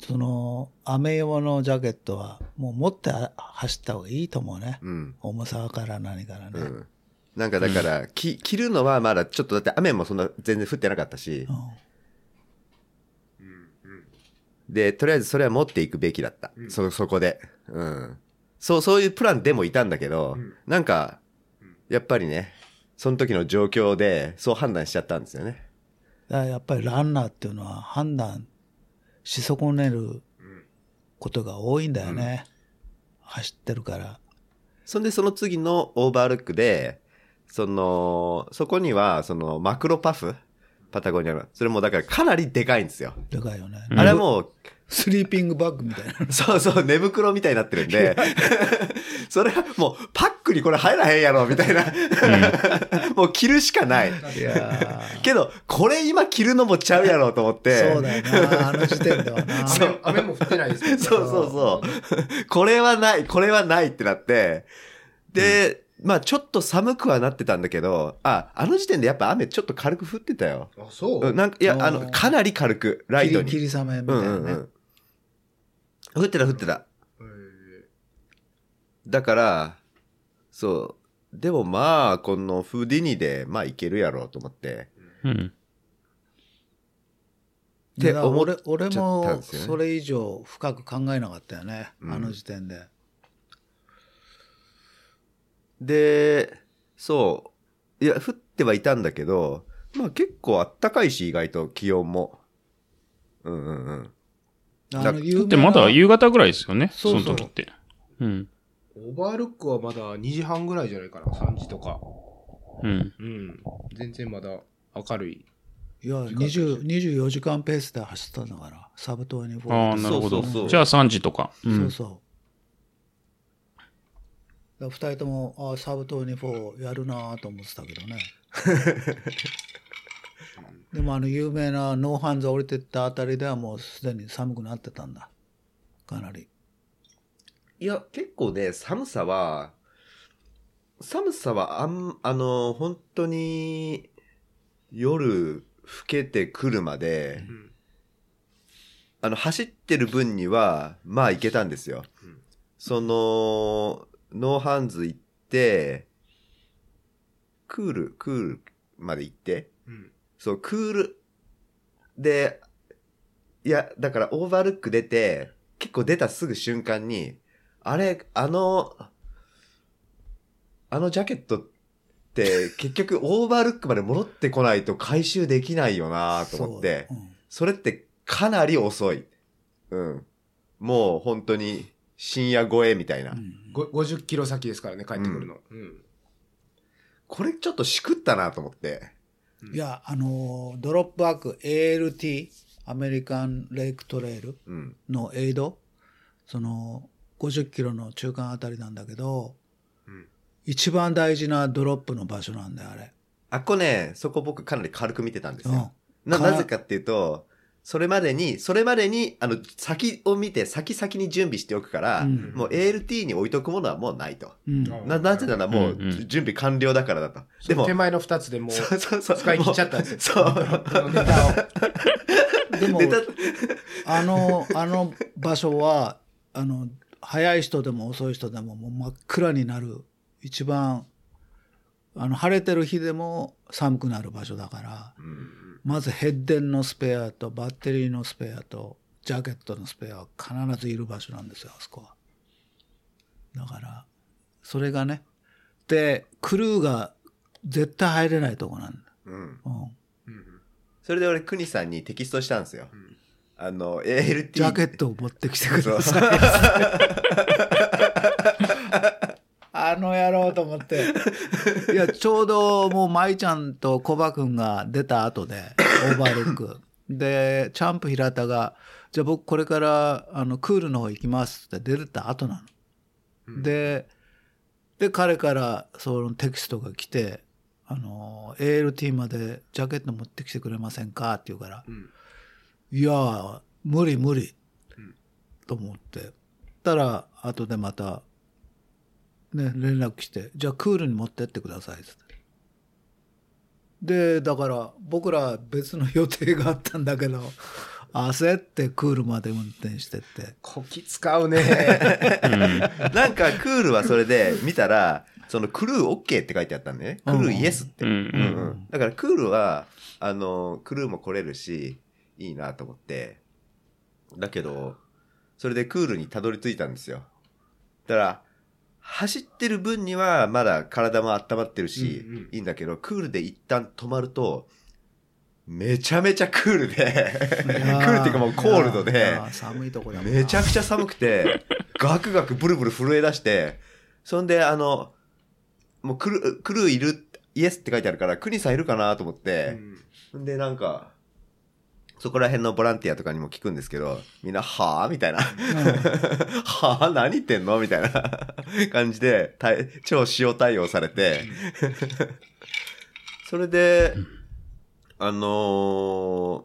その、雨用のジャケットは、もう持ってあ走った方がいいと思うね。うん。重さから何からね。ううんん。なんかだから、き着るのはまだちょっとだって雨もそんな全然降ってなかったし、で、とりあえずそれは持っていくべきだった。そ、そこで。うん。そう、そういうプランでもいたんだけど、なんか、やっぱりね、その時の状況で、そう判断しちゃったんですよね。だからやっぱりランナーっていうのは判断し損ねることが多いんだよね。走ってるから。そんで、その次のオーバールックで、その、そこには、その、マクロパフパタゴニアの。それもだからかなりでかいんですよ。でかいよね。あれはもう、スリーピングバッグみたいな。そうそう、寝袋みたいになってる んで、それはもうパックにこれ入らへんやろ、みたいな。もう着るしかない。いや けど、これ今着るのもちゃうやろと思って。ーそうだよな。あの時点では な。雨雨も降ってないですもんねそうそうそう。これはない、これはないってなって。で、まあちょっと寒くはなってたんだけど、あ、あの時点でやっぱ雨ちょっと軽く降ってたよ。あ、そううんなんか、いや、ああの、ーかなり軽く、ライトに。霧霧雨みうたいんなうね。んうん。降ってた降ってた。へーだから、そう。でもまあ、このフーディニで、まあいけるやろうと思って。うん。ってだから思っ俺俺ちゃったんもですよねそれ以上深く考えなかったよね、うんあの時点で。で、そう。いや、降ってはいたんだけど、まあ結構あったかいし、意外と気温も。うんうんうん。あの有で、名なまだ夕方ぐらいですよね、そうそそうの時って。うん。オーバールックはまだ2時半ぐらいじゃないかな、3時とか。うん。うん。全然まだ明るい。いや20 24時間ペースで走ったんだから、サブトーニフォああ、ーなるほどそうそうそう。じゃあ3時とか。う。そうんそう。だから2人とも、ああ、サブトーニフォーやるなーと思ってたけどね。 でもあの有名なノーハンズ降りてったあたりではもうすでに寒くなってたんだ。かなり。いや、結構ね、寒さは、寒さはあん、あの、本当に、夜、更けてくるまで、んあの、走ってる分には、まあ、いけたんですよ。うんその、ノーハンズ行って、クール、クールまで行って、うん。そう、クールで、いや、だからオーバールック出て、結構出たすぐ瞬間に、あれ、あの、あのジャケッ トって結局オーバールックまで戻ってこないと回収できないよなと思って、そううんそれってかなり遅い。うん。もう本当に深夜超えみたいな。うんご50キロ先ですからね、帰ってくるの。うん。これちょっとしくったなと思って。いや、あのードロップワーク ALT、アメリカンレイクトレイルうん。のエイド、その50キロの中間あたりなんだけど、うん一番大事なドロップの場所なんだよ、あれ。あっこね、そこ僕かなり軽く見てたんですうよ。ん。な、かなぜかっていうと、それまでに、それまでに、あの、先を見て、先々に準備しておくから、うんもう ALT に置いとくものはもうないと。うんな、なぜならもう、うんうん準備完了だからだと。そでのも手、前の2つでもう そうそうそう。使い切っちゃったんですよ。そうドロ ップのネタをでも ネ、タあの、あの場所は、あの、早い人でも遅い人でももう真っ暗になる、一番、あの、晴れてる日でも寒くなる場所だから、まずヘッデンのスペアとバッテリーのスペアとジャケットのスペアは必ずいる場所なんですよ、あそこは。だから、それがね。で、クルーが絶対入れないとこなんだ。うん。うん。それで俺、国さんにテキストしたんですよ。あの、ALT。ジャケットを持ってきてください。あの野郎と思って。いや、ちょうどもう舞ちゃんとコバくんが出た後で、オーバールック。で、チャンプ平田が、じゃあ僕これからあのクールの方行きますって出てた後なの。で、で、彼からそのテキストが来て、あの、ALT までジャケット持ってきてくれませんかって言うから、いやー、無理無理、と思って。たら、後でまた、ね、連絡して、じゃあクールに持ってってくださいっつって。で、だから僕ら別の予定があったんだけど、 焦ってクールまで運転して って。こき使うね。なんかクールはそれで見たら、そのクルー OK って書いてあったんだよね。クルーイエスって。うんう。うんんだからクールは、あの、クルーも来れるし、いいなと思って。だけど、それでクールにたどり着いたんですよ。だから、走ってる分にはまだ体も温まってるし、うんうんいいんだけど、クールで一旦止まると、めちゃめちゃクールで、 ククールっていうかもうコールドで、寒いとこだもんなめちゃくちゃ寒くて、ガクガクブルブル震え出して、そんで、あの、もうクル、クルーいる、イエスって書いてあるから、クニさんいるかなと思って、ん、で、なんか、そこら辺のボランティアとかにも聞くんですけど、みんな、はぁみたいな。はぁ何言ってんのみたいな感じで、対超塩対応されて、それで、あのー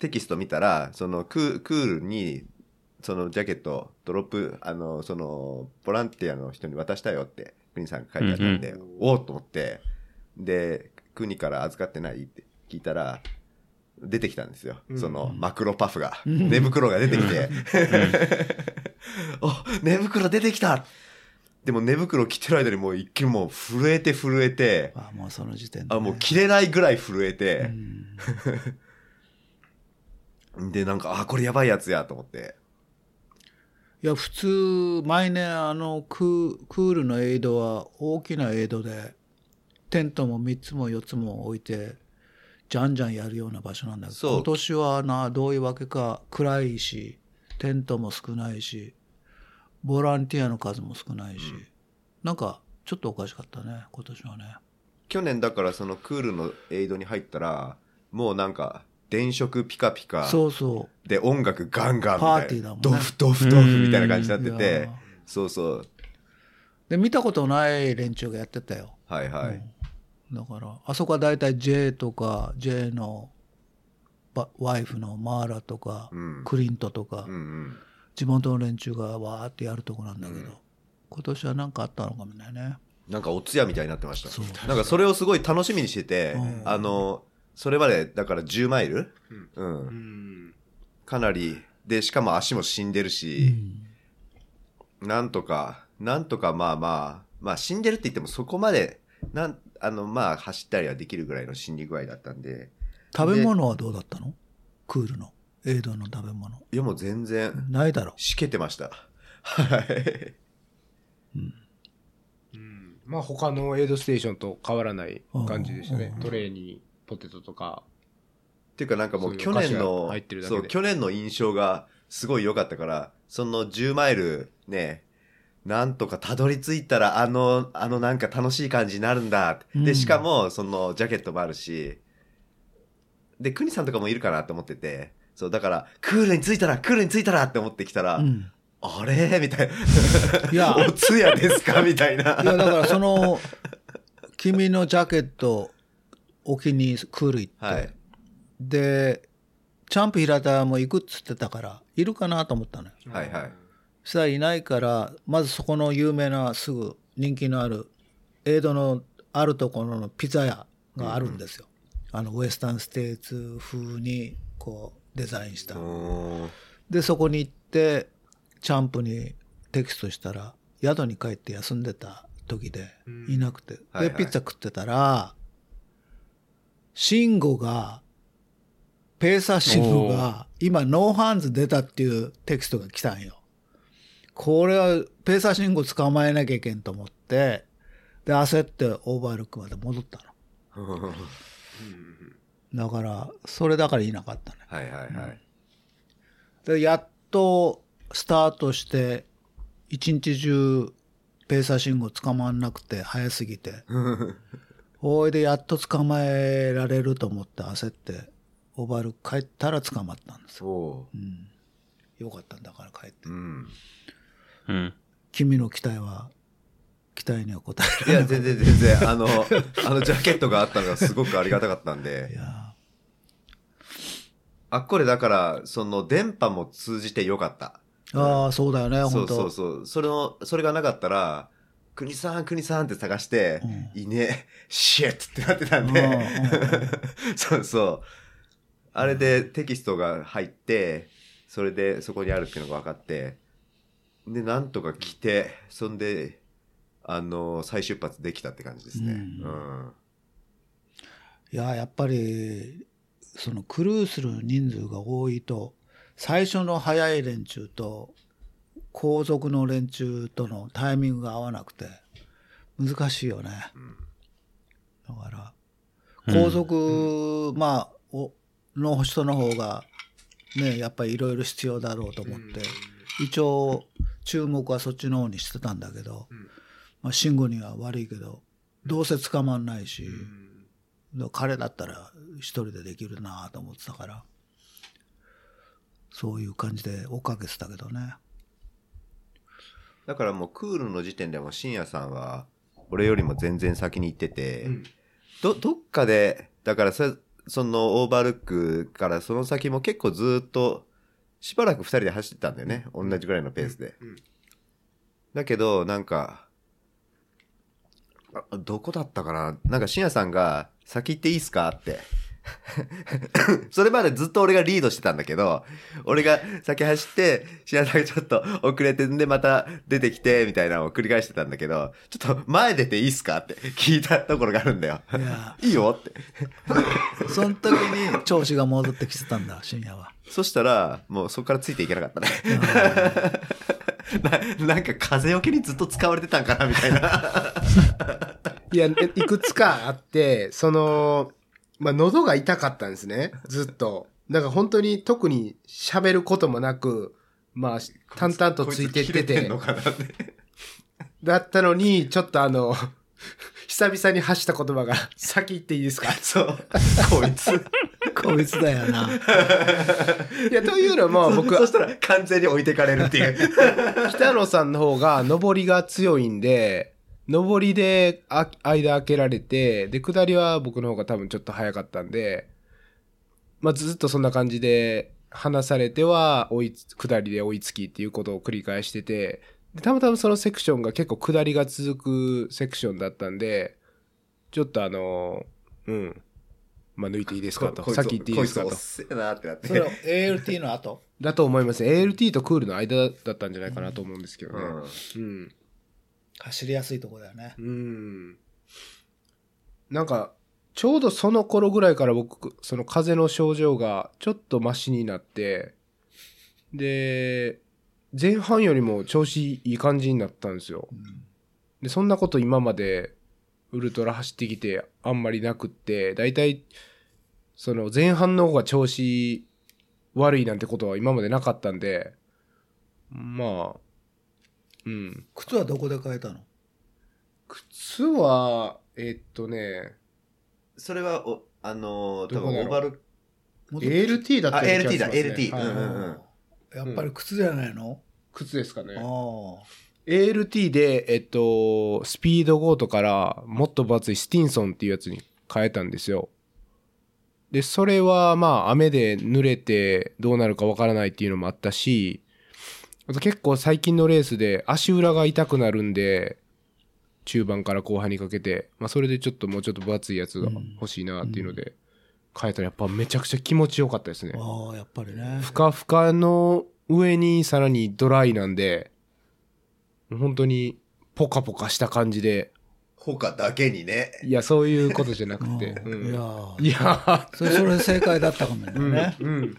テキスト見たら、そのククールに、そのジャケット、ドロップ、あの、その、ボランティアの人に渡したよって、クニさんが書いてあったんで、うんうんおおっと思って、で、クニから預かってないって聞いたら、出てきたんですよ。うんその、マクロパフが。寝袋が出てきて。お、寝袋出てきたでも寝袋着てる間にもう一気にもう震えて震えて、あもうその時点で、あ、もう着れないぐらい震えて、うんで、なんか、あ、これやばいやつやと思って。いや、普通、毎年、あの、クークールのエイドは大きなエイドで、テントも3つも4つも置いて、じゃんじゃんやるような場所なんだけそうど、今年はな、どういうわけか暗いし、テントも少ないし、ボランティアの数も少ないし、なんか、ちょっとおかしかったね、今年はね。去年だからそのクールのエイドに入ったら、もうなんか、電飾ピカピカそうそで音楽ガンガンみたいな。パーティーだもんねドフドフドフみたいな感じにう。なっていてや。そうそう。で、見たことない連中がやってたよ。はいはい。だからあそこは大体 J とか J のばワイフのマーラとか、うんクリントとか、うんうん。地元の連中がわーってやるとこなんだけど、今年は何かあったのかもねなんかお通夜みたいになってましそうた。なんかそれをすごい楽しみにしててうん、あの、それまでだから10マイルうんうん。かなり、で、しかも足も死んでるし、なんとか、なんとかまあまあ、まあ死んでるって言ってもそこまで、なん、あのまあ走ったりはできるぐらいの死に具合だったんで、食べ物はどうだったのクールのエイドの食べ物いやもう全然、ないだろしけてました。はい。うんまあ他のエイドステーションと変わらない感じでしたねう。んトレーにポテトとか。っていうかなんかもそうういう去年お菓子のが入ってる、だけそでう、去年の印象がすごい良かったから、その10マイルね、なんとかたどり着いたら、あの、あのなんか楽しい感じになるんだ。うで、んしかも、そのジャケットもあるし、で、クニさんとかもいるかなと思ってて、そう、だから、クールに着いたら、クールに着いたらって思ってきたら、うんあれみたいいやな。お通夜ですかみたいな。いやだからその君のジャケット沖にクール行って、はい。でチャンプ平田も行くっつってたからいるかなと思ったのよはいはい。したらいないからまずそこの有名なすぐ人気のあるエイドのあるところのピザ屋があるんですよ、あのウエスタンステイツ風にこうデザインした、 おーでそこに行ってチャンプにテキストしたら宿に帰って休んでた時でうんいなくて、はいはいでピッツァ食ってたら慎吾がペーサー慎吾が今ノーハンズ出たっていうテキストが来たんよ。これはペーサー慎吾捕まえなきゃいけんと思ってで焦ってオーバールックまで戻ったの。だからそれだからいなかったね。はいはいはい。でやっとスタートして一日中ペーサー信号捕まんなくて早すぎておいでやっと捕まえられると思って焦ってオーバール帰ったら捕まったんですよ、 そうん、よかったんだから帰ってう。うん。うん。君の期待は期待には応えられないいや、全然全然、あの、あのジャケットがあったのがすごくありがたかったんで、やあっこれだから、その電波も通じてよかった。ああそうだよねそ本うそ当うそう。それの、それがなかったら、国さん、国さんって探して、ういねえ、シェッってなってたうんんうんで、 そうそう。あれでテキストが入って、それでそこにあるっていうのが分かって、で、なんとか来て、そんで、あの、再出発できたって感じですね。ううん。いや、やっぱり、そのクルーする人数が多いと、最初の早い連中と、後続の連中とのタイミングが合わなくて、難しいよね。だから、後続、まあ、おの人の方が、ね、やっぱりいろいろ必要だろうと思って、一応、注目はそっちの方にしてたんだけど、んまあ、慎吾には悪いけど、どうせ捕まんないし、うんだから彼だったら一人でできるなと思ってたからそういう感じで追っかけてたけどねだからもうクールの時点でも深夜さんは、俺よりも全然先に行ってて、うんど、どっかで、だからそ、そのオーバールックからその先も結構ずっと、しばらく二人で走ってたんだよね。同じぐらいのペースで。うんだけど、なんか、あどこだったかななんか、深夜さんが、先行っていいっすかって。 それまでずっと俺がリードしてたんだけど、俺が先走って、深夜さんがちょっと遅れてんで、また出てきて、みたいなのを繰り返してたんだけど、ちょっと前出ていいっすかって聞いたところがあるんだよ。いやいいよって。その時に調子が戻ってきてたんだ深夜はそしたら、もうそこからついていけなかったね。 ななんか風よけにずっと使われてたんかなみたいな。いや、えいくつかあって、その、まあ、喉が痛かったんですね、ずっと。だから本当に特に喋ることもなく、まあ、淡々とついてっこていつ切れんて、のかなって。だったのに、ちょっとあの、 久々に発した言葉が、先行っていいですか そう。こいつ。 こいつだよないや、というのも、僕、そしたら完全に置いてかれるっていう。北野さんの方が上りが強いんで、上りであ間開けられて、で、下りは僕の方が多分ちょっと早かったんで、まあずっとそんな感じで、話されては追いつ、下りで追いつきっていうことを繰り返してて、でたまたまそのセクションが結構下りが続くセクションだったんで、ちょっとあの、うん。まあ抜いていいですかと。さっき言っていいですかことい。つおっせえなってなっそれては。ALT の後だと思います。ALT とクールの間だったんじゃないかなと思うんですけどね。うんうん走りやすいとこだよねうん。なんか、ちょうどその頃ぐらいから僕、その風邪の症状がちょっとマシになって、で、前半よりも調子いい感じになったんですよ。で、そんなこと今までウルトラ走ってきてあんまりなくって、だいたいその前半の方が調子悪いなんてことは今までなかったんで、まあ、うん。靴はどこで変えたの靴は、えっとね、それは、おあのー、多どこだろ分オうーバールック。戻ってき ALT だあ、ったような LT 気がしだ、ますね LT。うはんいうんうん。やっぱり靴じゃないの、靴ですかねあ。あ ALT で、えっと、スピードゴートからもっと分厚いスティンソンっていうやつに変えたんですよ。で、それはまあ雨で濡れてどうなるかわからないっていうのもあったし、あと結構最近のレースで足裏が痛くなるんで、中盤から後半にかけて、まあそれでちょっともうちょっと分厚いやつが欲しいなっていうので、変えたらやっぱめちゃくちゃ気持ちよかったですね。ああやっぱりねふかふかの上にさらにドライなんで、本当にポカポカした感じで、他だけにね。いや、そういうことじゃなくて、 ううんいんやいや、それそれ正解だったかもね、ねうん。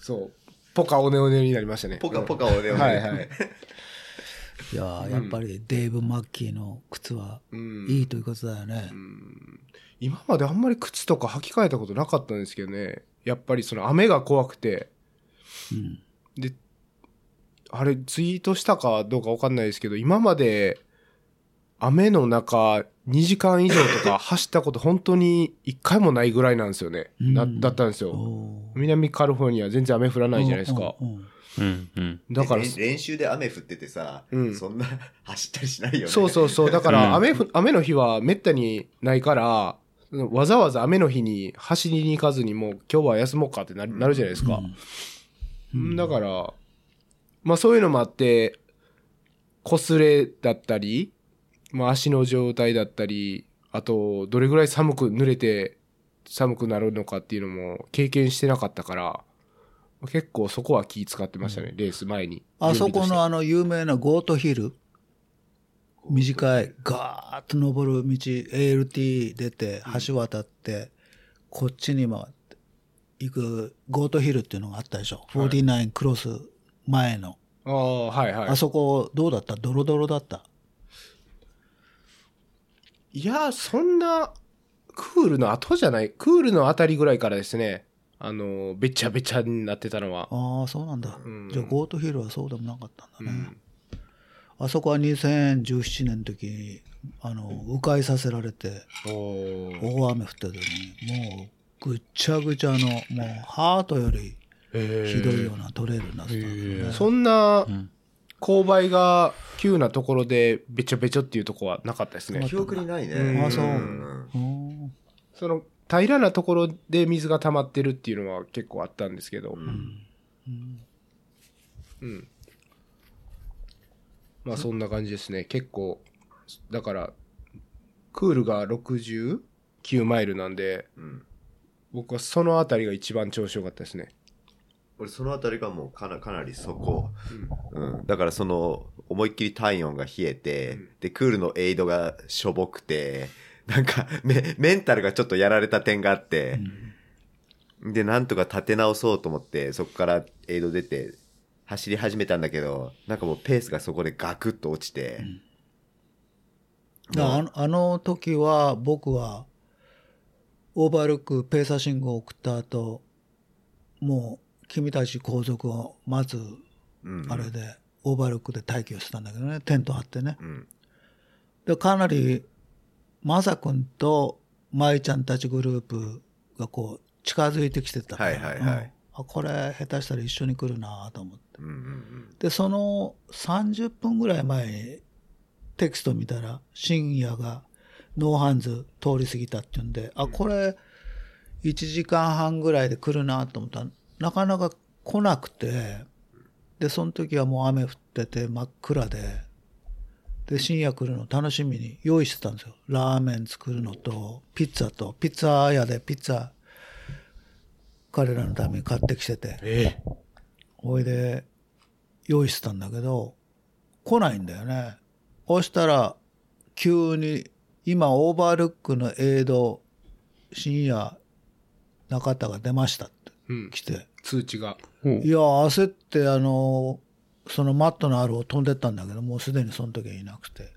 そう、ポカおねおねになりましたね。ポカポカをね、はいはい。いやーやっぱりデーブ・マッキーの靴はうんいいということだよね、今まであんまり靴とか履き替えたことなかったんですけどね、やっぱりその雨が怖くて、うんで、あれ、ツイートしたかどうかわかんないですけど、今まで、雨の中、2時間以上と か走ったこと本当に1回もないぐらいなんですよね。うんなだったんですよ。おー南カリフォルニア全然雨降らないじゃないですかう。んうんうんうんうん。だかられ、ん練習で雨降っててさ、うんそんな走ったりしないよね。そうそうそう。だかうらん雨ふ、雨の日はめったにないから、わざわざ雨の日に走りに行かずにもう今日は休もうかってななるじゃないですか。だから、まあそういうのもあって、擦れだったり、まあ、足の状態だったり、あと、どれぐらい寒く濡れて寒くなるのかっていうのも経験してなかったから、結構そこは気使ってましたね、レース前に。あそこのああの有名なゴートヒル。短い、ガーッと登る道、ALT 出て、橋渡って、こっちに回って、行く、ゴートヒルっていうのがあったでしょ。はい49クロス前の。あー、はいはい。あそこ、どうだったドロドロだった。いや、そんな、クールの後じゃない、クールのあたりぐらいからですね、あの、べちゃべちゃになってたのは。ああ、そうなんだ。うんじゃあ、ゴートヒルはそうでもなかったうんだね。ん、あそこは2017年の時に、あの、迂回させられて、おー大雨降った時に、もう、ぐっちゃぐちゃの、もう、ハートよりへーひどいようなトレールになってたんだよね。そんな、勾配が急なところで、べちょべちょっていうとこはなかったですねま。記憶にないね。うんあそうんうんその、平らなところで水が溜まってるっていうのは結構あったんですけどう、んうん。まあ、そんな感じですね。結構、だから、クールが69マイルなんで、うん僕はそのあたりが一番調子良かったですね。俺そのあたりがもうかなかなりそこ、うん、だからその思いっきり体温が冷えて、うんでクールのエイドがしょぼくてなんかメメンタルがちょっとやられた点があって、でなんとか立て直そうと思ってそこからエイド出て走り始めたんだけどなんかもうペースがそこでガクッと落ちて、だからあのあの時は僕はオーバールックペーサー信号を送った後もう君たち皇族をまずうんあれでオーバールックで待機をしてたんだけどねテント張ってねうんでかなりまさくんと舞ちゃんたちグループがこう近づいてきてたから、はいはいはいうんあこれ下手したら一緒に来るなと思ってうんうんでその30分ぐらい前にテキスト見たら深夜がノーハンズ通り過ぎたっていうんであこれ1時間半ぐらいで来るなと思ったらなかなか来なくてでその時はもう雨降ってて真っ暗でで深夜来るの楽しみに用意してたんですよラーメン作るのとピッツァとピッツァ屋でピッツァ彼らのために買ってきててえおいで用意してたんだけど来ないんだよねそしたら急に今オーバールックのエイド深夜中田が出ましたってうん、来て通知が。いや焦ってあのそのマットのあるを飛んでったんだけどもうすでにその時はいなくて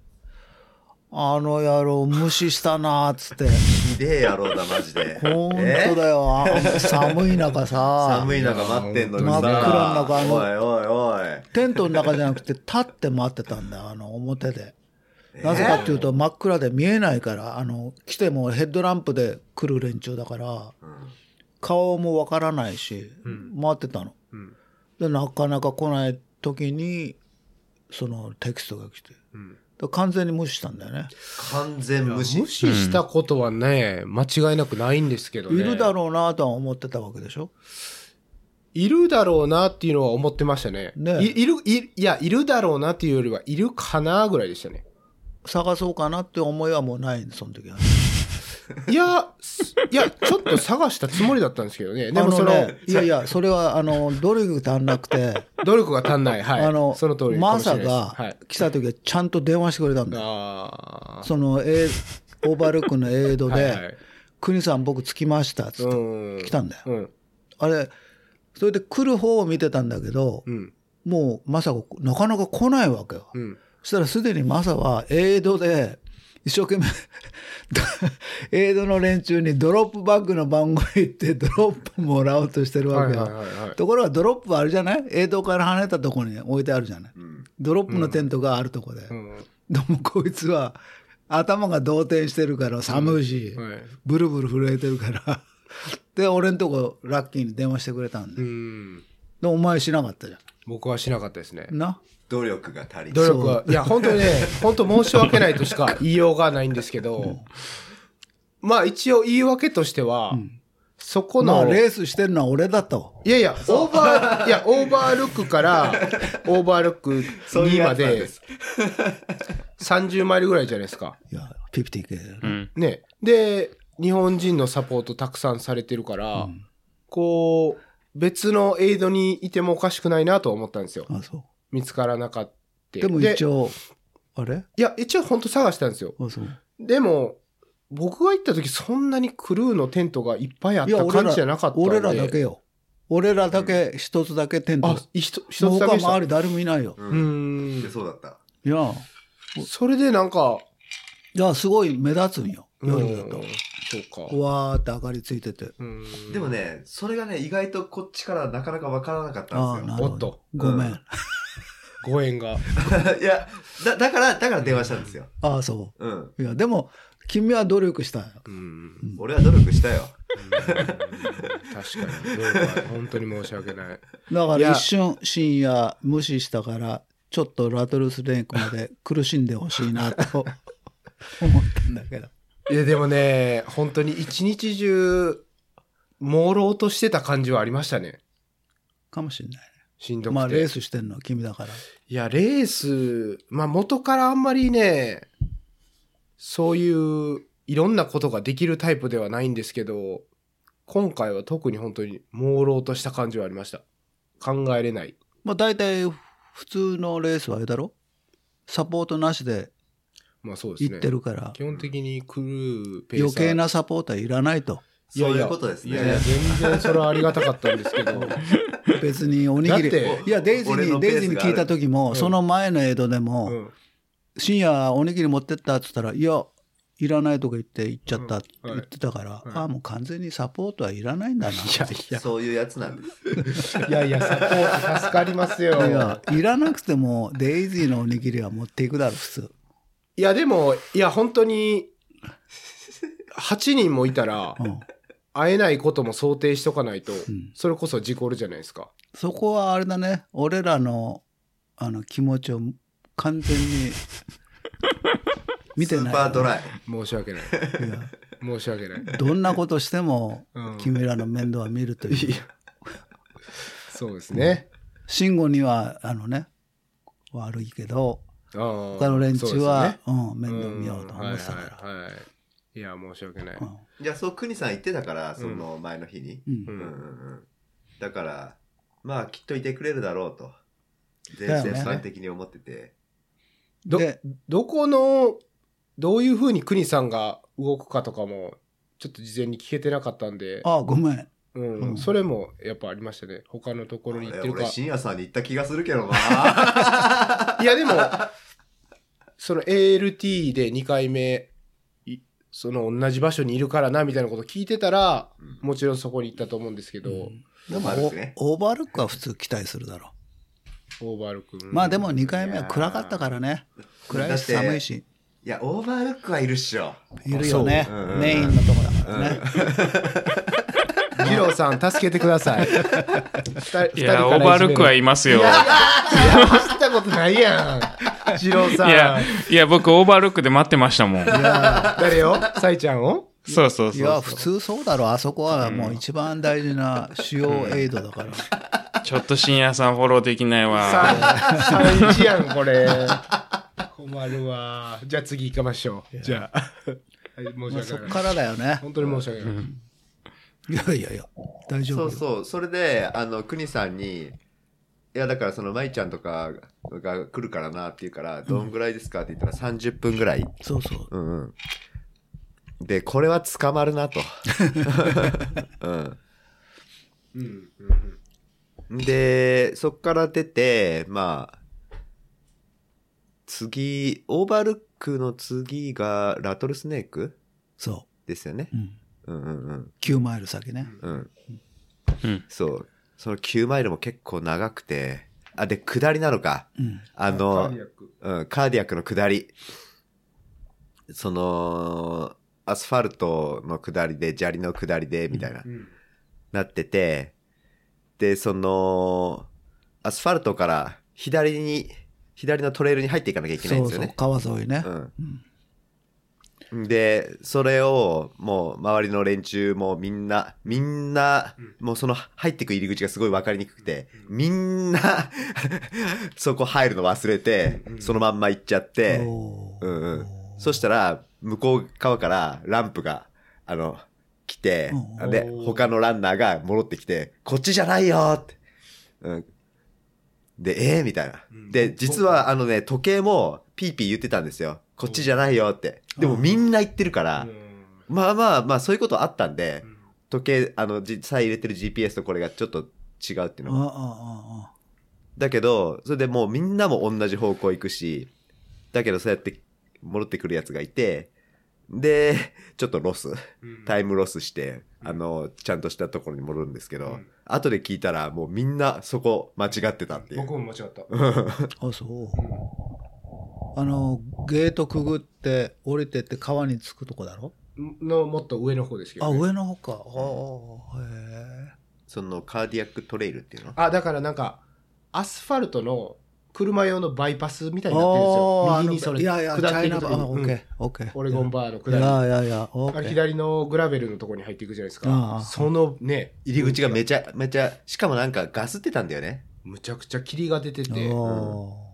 あの野郎無視したなーっつってひ でえ野郎だマジで本当だよあ寒い中さ 寒い中待ってんのにさ真っ暗の中あのおいおいおいテントの中じゃなくて立って待ってたんだよあの表で。なぜかっていうと真っ暗で見えないからあの来てもヘッドランプで来る連中だからうん顔もわからないし、うん待ってたの。うん。でなかなか来ない時にそのテキストが来てうん、で完全に無視したんだよね。完全無無視視したことはね、間違いなくないんですけどね。いるだろうなとは思ってたわけでしょ。いるだろうなっていうのは思ってましたね。ねいいるい、いや、いるだろうなっていうよりは、いるかなぐらいでし たね。探そうかなって思いはもうないその時は。いや、すいや、ちょっと探したつもりだったんですけどね。であもその、ね、いやいやそれはあの努力足んなくて。努力が足んない。はい。あの、その通りかマもしれサないです。はがい。来た時はちゃんと電話してくれたんだよ。ああ。その、えーオーバールックのエイド はいはで、い国さん僕着きましたっつってうん。来たんだよ。うん。あれ、それで来る方を見てたんだけど、うん。もうマサがなかなか来ないわけよ。うん。そしたらすでにマサはエイドで、一生懸命 エイドの連中にドロップバッグの番号行ってドロップもらおうとしてるはわいけはいよ。はいはい。ところがドロップはあれじゃないエイドから離れたところに置いてあるじゃないうんドロップのテントがあるとこで。うん。でもこいつは頭が動転してるから寒いし、はい。ブルブル震えてるから。 で、俺んとこラッキーに電話してくれたんうで。ん。で、お前しなかったじゃ僕はしなかったですね。ん。な努力が足り努ない力は、いや、本当にね、本当申し訳ないとしか言いようがないんですけど、まあ一応言い訳としては、そこまの、あ、レースしてるのは俺だと。いやいや、オーバー、いや、オーバールックから、オーバールックそういう2やまつなんでで、す30マイルぐらいじゃないですか。いや、50K だよね。うん。ね。で、日本人のサポートたくさんされてるから、こう、別のエイドにいてもおかしくないなとは思ったんですよ。あ、そ見つからなかった。う。でも一応、あれいや、一応本当探したんですよ。あ、そう。でも、僕が行った時そんなにクルーのテントがいっぱいあっいやた俺感らじじゃなかったんで。俺らだけよ。俺らだけ一つだけテント。あ、一つ一もうつ他だけはでした。周り誰もいないよ。ううーん。んで。そうだった。いや、それでなんか、いや、すごい目立つんよ。う夜んだと。そうか。わーって明かりついてて。うんでも、ね、それがね、意外とこっちからなかなかわからなかっあたあ、んでなするよ。ほおっどと。ごめうんん。ご縁が。 いやだ、だから、だから電話したんですよ。ああ、そうん。う。いや、でも、君は努力したよ。うん。俺は努力したよ。確かに。ご縁が本当に申し訳ない。だかいらや一瞬深夜無視したから、ちょっとラトルスレンクまで苦しんでほしいな と思ったんだけど。いや、でもね、本当に一日中、朦朧としてた感じはありましたね。かもしれないね。しんどくて。まあレースしてんのは君だから。いや、レース、まあ元からあんまりね、そういういろんなことができるタイプではないんですけど、今回は特に本当に朦朧とした感じはありました。考えれない。まあ大体普通のレースはあれだろサポートなしでまあそうですね。行ってるから、基本的にクルー、ペー余サー。計なサポーターいらないと。いやそいうやいうことですね。いやいや、全然それはありがたかったんです けど。別におにぎりだって。いや、デイジ俺ーのに、ペースデイジーに聞いた時も、んその前の江戸でも、うん深夜おにぎり持ってったっつったら、いや、いらないとか言って行っちゃったってうんは言いってたから、はいああ、もう完全にサポートはいらないんだな。 いやそういうやつなんです。いやいや、サポート助かりますよ。いや、いらなくても、デイジーのおにぎりは持っていくだろ、普通。いや、でも、いや、本当に、8人もいたらう、ん。会えないことも想定しとかないと、んそれこそ事故るじゃないですか。そこはあれだね、俺らの、あの、気持ちを完全に、見てない。スーパードライ。申 し訳ない。いや申し訳ない。どんなことしてもうん、君らの面倒は見るという。そうですね。慎吾には、あのね、悪いけど、あー他の連そ中うですよはね、うん、面倒見ようとん思ってたから。はいはいはい。いや、申し訳ない。うんいや、そう、国さん言ってたから、その前の日に。うんううんんうんうん。だから、まあ、きっといてくれるだろうと。だ全よね然般的に思ってて。どで、どこの、どういうふうに国さんが動くかとかも、ちょっと事前に聞けてなかったんで、ああ、ごめん。うんうんそれもやっぱありましたね。他のところに行ってるか俺、。深夜さんに行った気がするけどな。いや、でも、その ALT で2回目、いその同じ場所にいるからな、みたいなこと聞いてたら、もちろんそこに行ったと思うんですけど、 でもまあですね、おオーバールックは普通期待するだろオーバール君。う。まあでも2回目は暗かったからね。暗いしだって寒いし。いや、オーバールックはいるっしょ。いるよねそううんうんう。んメインのとこだからね。二郎さん、助けてく ださい。二人いや、オーバールックはいいますよ。や走ったことないやん。二郎さん。いや、いや、僕、オーバールックで待ってましたもん。誰よサイちゃんをそうそういそや、う普。通そうだろ。あそこはもう一番大事な主要エイドだから。ちょっと深夜さんフォローできないわ。三一やん、これ。困るわ。じゃあ次行きましょう。じゃあ。はい、まあ申しそっ訳ない。からだよね。本当に申し訳ない。いやいやいや、大丈そ夫うよ。そう。それで、あの、国さんに、いや、だからその、舞ちゃんとかが来るからなって言うから、どんぐらいですかって言ったら30分ぐらい。そうそう。うんうん。で、これは捕まる なと。うん。で、そっから出て、まあ、次、オーバールックの次がラトルスネークそですよねう。。うん。うんうん9マイル先ね。うん。うん。うん。そう。その9マイルも結構長くて、あ、で、下りなのか。うん。あカのーディ、アックうん、カーディアックの下り。その、アスファルトの下りで、砂利の下りで、みたいな、うんなってて、で、その、アスファルトから左に、左のトレイルに入っていかなきゃいけないんそでうすよそうね。。川沿いねう。ん。で、それを、もう、周りの連中もみんな、みんな、もうその入ってく入り口がすごい分かりにくくて、みんな、 そこ入るの忘れて、そのまんま行っちゃって、おーうんうん。そしたら、向こう側からランプが、あの、来てう、で、他のランナーが戻ってきて、こっちじゃないよって。うん。で、えー、みたいな。で、実はあのね、時計もピーピー言ってたんですよ。こっちじゃないよって。でもみんな言ってるから、まあまあまあ、そういうことあったんで、時計、あの、実際入れてる GPS とこれがちょっと違うっていうのあもああああだけど、それでもうみんなも同じ方向行くし、だけどそうやって戻ってくるやつがいて、で、ちょっとロス、タイムロスして、あの、ちゃんとしたところに戻るんですけど、うん後で聞いたらもうみんなそこ間違ってたっていう。僕も間違った。ああそうあのゲートくぐって降りてって川に着くとこだろの、もっと上の方ですけあどね、上の方かああへえそのカーディアックトレイルっていうのあ、だからなんか、アスファルトの車用のバイパスみたいになってるんですあよあ。右にそれ、いやいや、チ下っャてイいナくバとー、あオうッんケー、オッケー。オレゴンバーのい下り。やいやいや、オあッれケー。左のグラベルのところに入っていくじゃないですあかあ。そのね、入り口がめちゃめちゃ、しかもなんかガスってたんだよね。むちゃくちゃ霧が出てて、おー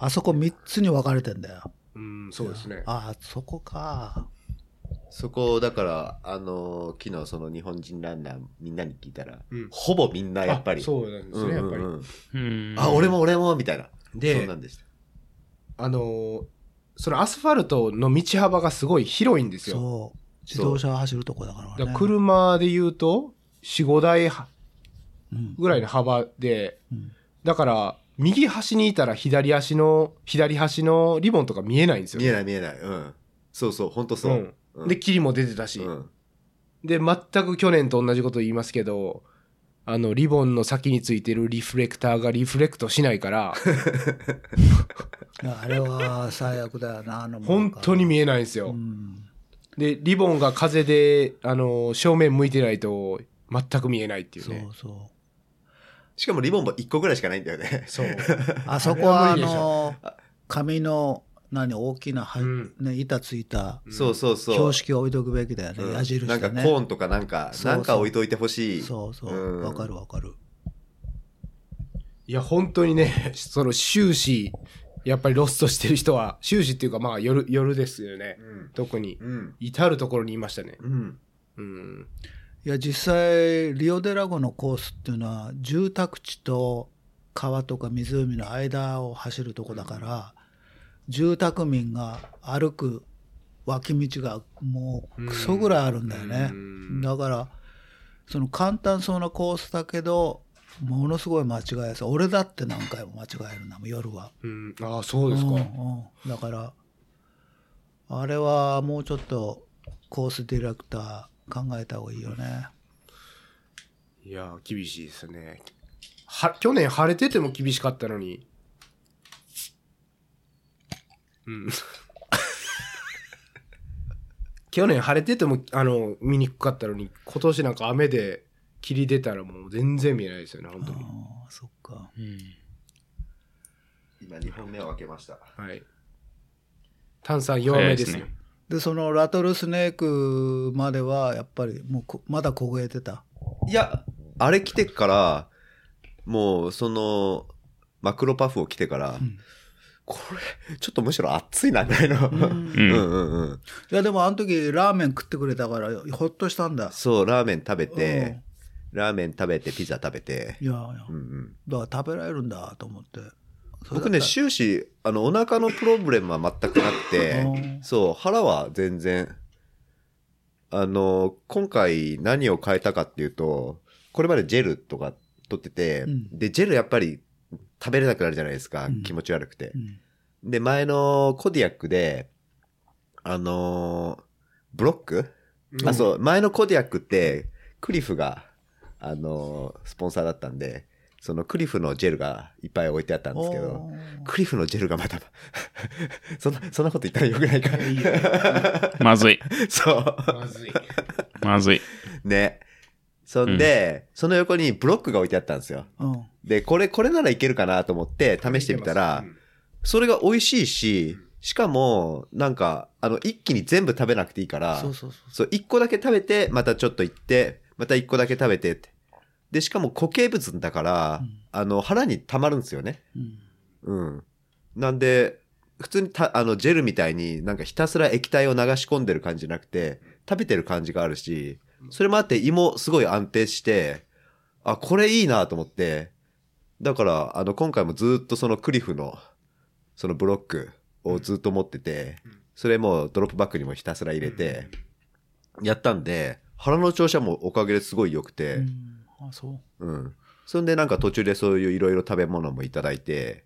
あそこ3つに分かれてんだよ。うん、そうですね。ああ、そこか。そこ、だから、あの、昨日その日本人ランナーみんなに聞いたら、うんほぼみんなやっぱり。あそうなんですね、やっぱりうんう。んうんうんあ、俺も俺もみたいな。でそうなんでした。あのーそのアスファルトの道幅がすごい広いんですよ。そう。自動車走るとこだからね。だから車で言うと、4、5台はうんぐらいの幅で、うんだから、右端にいたら左足の、左端のリボンとか見えないんですよ。見えない見えない。うん。そうそう、ほんとそうう。ん。で、霧も出てたし。うんで、全く去年と同じこと言いますけど、あの、リボンの先についてるリフレクターがリフレクトしないから、 いやあれは最悪だよな、あの本当に見えないんですよ。うんで、リボンが風で、あの、正面向いてないと、全く見えないっていうそねう。そしかもリボンも1個ぐらいしかないんだよね。そう。う。あそこは、ああれはの、紙の、何、大きなは、 うんね、板ついたそうそうそう。標識を置いとくべきだようんね、矢印なんかでコね。ーンとかなんか、そうそうなんか置いといてほしい。そうそうう。んわかるわかる。いや、本当にね、 その終始、やっぱりロストしてる人は、終始っていうか、まあ夜、夜ですよね。うん。特に。うん。至る所にいましたね。うん。うん。いや実際リオデラゴのコースっていうのは住宅地と川とか湖の間を走るとこだから住宅民が歩く脇道がもうクソぐらいあるんだよねうんだからその簡単そうなコースだけどものすごい間違えやすい俺だって何回も間違えるな夜はうん、ああ、そうですか。うんうんだからあれはもうちょっとコースディレクター考えた方がいいよねいや、厳しいですね。は、去年晴れてても厳しかったのに。うん。 去年晴れてても、あの、見にくかったのに、今年なんか雨で霧出たらもう全然見えないですよね、本当に。ああそっか今2本目を開けました。はい。炭酸弱めです早いねです。でそのラトルスネークまではやっぱりもうこまだ凍えてたいや、あれ来てから、もうその、マクロパフを着てから、んこれ、ちょっとむしろ暑いな、みたいな。うんう うん。んうんうん。いやでもあの時ラーメン食ってくれたからほっとしたんだそう、ラーメン食べて、ラーメン食べて、ピザ食べてい。やいやうんうん。だから食べられるんだと思ってそれだ僕ったらね、終始、あの、お腹のプロブレムは全くなく てう、んそう、腹は全然。あの、今回何を変えたかっていうと、これまでジェルとか取ってて、うんで、ジェルやっぱり食べれなくなるじゃないですか、うん気持ち悪くてう。んで、前のコディアックで、あのーブロック、うんあ、そう、前のコディアックって、クリフが、あのースポンサーだったんで、そのクリフのジェルがいっぱい置いてあったんですけど、おークリフのジェルがまた、 そんな、そんなこと言ったらよくないか。 まずい。そう。まずい。まずい。ね。そんで、その横にブロックが置いてあったんですよ。うんで、これ、これならいけるかなと思って試してみたら、それが美味しいし、しかも、なんか、あの、一気に全部食べなくていいから、そうそうそう。そう、一個だけ食べて、またちょっと行って、また一個だけ食べてって。で、しかも固形物だから、うんあの、腹に溜まるんですよね。うんうん。なんで、普通にた、あの、ジェルみたいになんかひたすら液体を流し込んでる感じじゃなくて、食べてる感じがあるし、それもあって胃もすごい安定して、あ、これいいなと思って、だから、あの、今回もずっとそのクリフの、そのブロックをずっと持っててうん、それもドロップバッグにもひたすら入れて、やったんで、腹の調子はもうおかげですごい良くて、うんあ、そう。うん。そんでなんか途中でそういういろいろ食べ物もいただいて、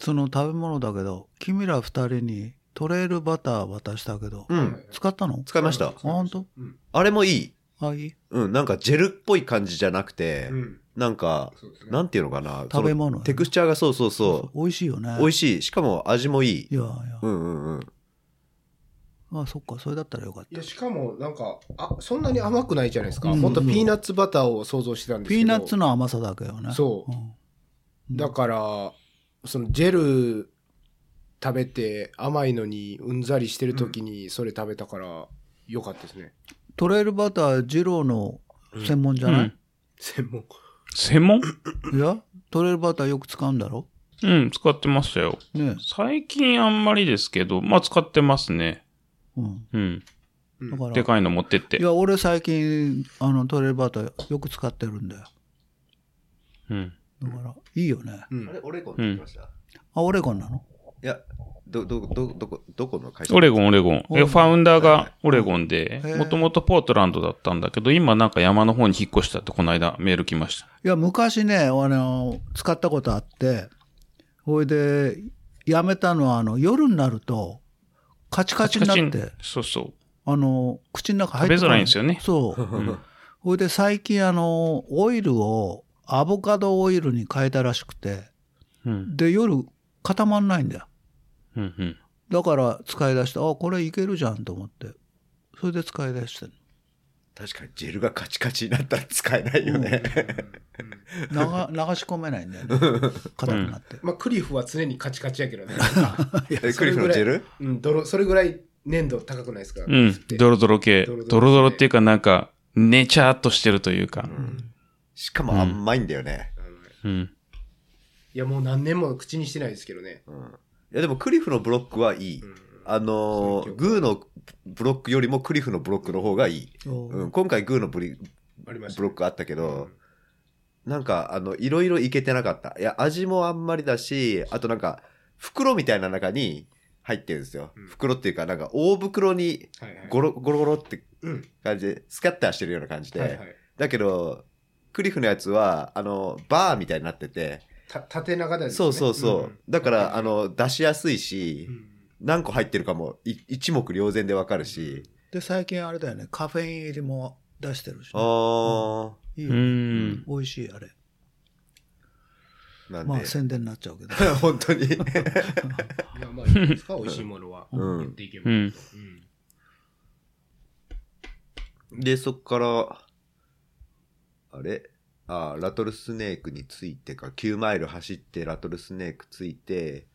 その食べ物だけど、君ら二人にトレイルバター渡したけど、うん。使ったの使いましたあ、。本当？うん。あれもいい。あ、いいうん、なんかジェルっぽい感じじゃなくて、うん。なんか、そうですね。なんていうのかな。食べ物そのテクスチャーがそうそうそ美味しいよねう。。美味しい。しかも味もいいい。やいや。うんうんうん。あ、そっか、それだったらよかっいたや、。しかも、なんか、あ、そんなに甘くないじゃないですか。うん本当ピーナッツバターを想像してたんですけど。ピーナッツの甘さだけよね。。そうんだから、そのジェル食べて甘いのにうんざりしてる時にそれ食べたから良かったですね。トレイルバター、二郎の専門じゃない、専門。専門いや、トレイルバターよく使うんだろうん、使ってましたよ。ね最近あんまりですけど、まあ使ってますね。うん。うん。だから、でかいの持ってってい。や、俺最近、あの、トレイルバターよく使ってるんだよ。うん。だから、いいよね。 うんあ。れ、オレゴン行きました、あ、オレゴンなのいや、ど、ど、ど、どこ、どこの会社オレゴン、オレゴン。オレえゴンファウンダーがオレゴンでへえ、もともとポートランドだったんだけど、今なんか山の方に引っ越したってこの間メール来ました。いや、昔ね、あの、使ったことあって、ほいで、やめたのは、あの、夜になると、カチカチになっカチてカ、チそうそう。あの、口の中入ってこ食べづらいんですよねそう。うんほいで、最近、あの、オイルを、アボカドオイルに変えたらしくて、うん。で、夜、固まんないんだよ。うん。うん。だから、使い出して、あ、これいけるじゃんと思って、それで使い出してる確かにジェルがカチカチになったら使えないよね。流流 し込めないんだよね。硬くなって。まあ、クリフは常にカチカチや けどね。 えクリフのジェルうん、泥、それぐらい粘度高くないですかうんって。ドロドロ系。ドロドロ系ドロドロっていうかなんか、ネチャーっとしてるというか。しかも甘いんだよね。うんうん。いや、もう何年も口にしてないですけどね。うん。いや、でもクリフのブロックはいい。うんあのーグーのブロックよりもクリフのブロックの方がいい。そううん、今回グーのブリありましたねブロックあったけうどん、なんか、あの、いろいろいけてなかった。いや、味もあんまりだし、あとなんか、袋みたいな中に入ってるんですよ。うん袋っていうか、なんか、大袋にはいはい。ゴロゴロゴロってうん。感じで、スキャッターしてるような感じで。はいはい。だけど、クリフのやつは、あの、バーみたいになってて、た縦長だよね。そうそうそう。んだから、あ、の、出しやすいし、うん何個入ってるかもい一目瞭然でわかるし、で、最近あれだよね、カフェイン入りも出してるし、ね。あいいうよね。ん。美味しい、あれ。ー、なんで、まあ、宣伝になっちゃうけど。 本当 に。いや、まあいいんです か、美味しいものは。うん言っていけば。ううんん。で、そっから、あれあーラトルスネークについてか、9マイル走ってラトルスネークついて、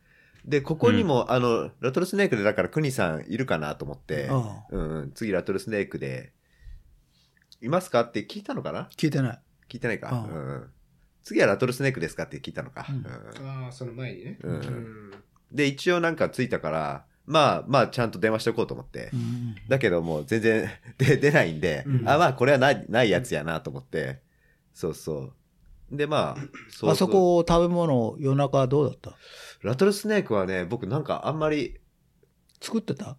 で、ここにも、あの、ラトルスネークでだからクニさんいるかなと思って、ああうんうん、次ラトルスネークで、いますかって聞いたのかな聞いてない。聞いてないか、ああうんうん、次はラトルスネークですかって聞いたのか、うんうんああ、その前にね。うんん。で、一応なんかついたから、まあまあちゃんと電話しておこうと思って、うんだけどもう全然 で出ないんで、うんあ、まあこれはない、ないやつやなと思って、そうそう。で、まあ、ううあそこ、食べ物、夜中はどうだったラトルスネークはね、僕なんかあんまり、作ってた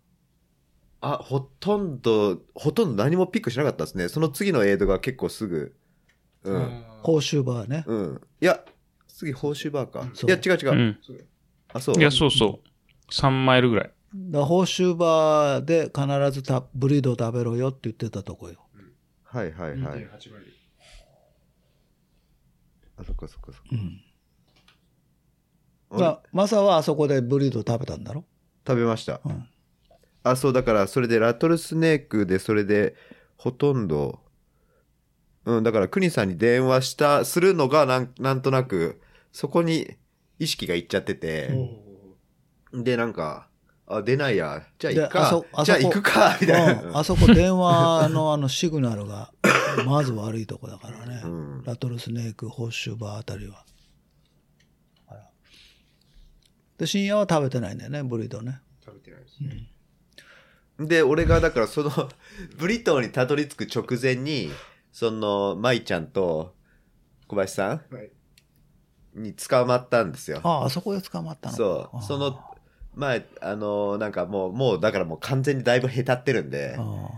あ、ほとんど、ほとんど何もピックしなかったですね。その次のエイドが結構すぐ、うん、あー報酬バーね。うん。いや、次報酬バーか。そういや、違う違うう。ん。そうあ、そうい。や、そうそう。3マイルぐらい。だ報酬バーで必ずたブリードを食べろよって言ってたとこよ。はいはいはい。 2.8割あ、そっかそっかそっかうん。あれだマサはあそこでブリード食べたんだろ食べました。うん。あ、そう、だから、それで、ラトルスネークで、それで、ほとんど、うん、だから、クニさんに電話した、するのが、なん、なんとなく、そこに、意識がいっちゃってて、おで、なんか、あ、出ないや。じゃあ行くであかそあ。そこじゃあ行くか、みたいうんな。あそこ電話のあのシグナル が、まず悪いとこだからね。うんラトルスネーク、ホッシュバーあたりは。あらで、深夜は食べてないんだよね、ブリードね。食べてないです。で、俺がだからその、ブリトーにたどり着く直前に、その、舞ちゃんと小林さはい。んに捕まったんですよ。ああ、あそこで捕まったのかそう。その、前、あの、なんかもう、もうだからもう完全にだいぶへたってるんで、あも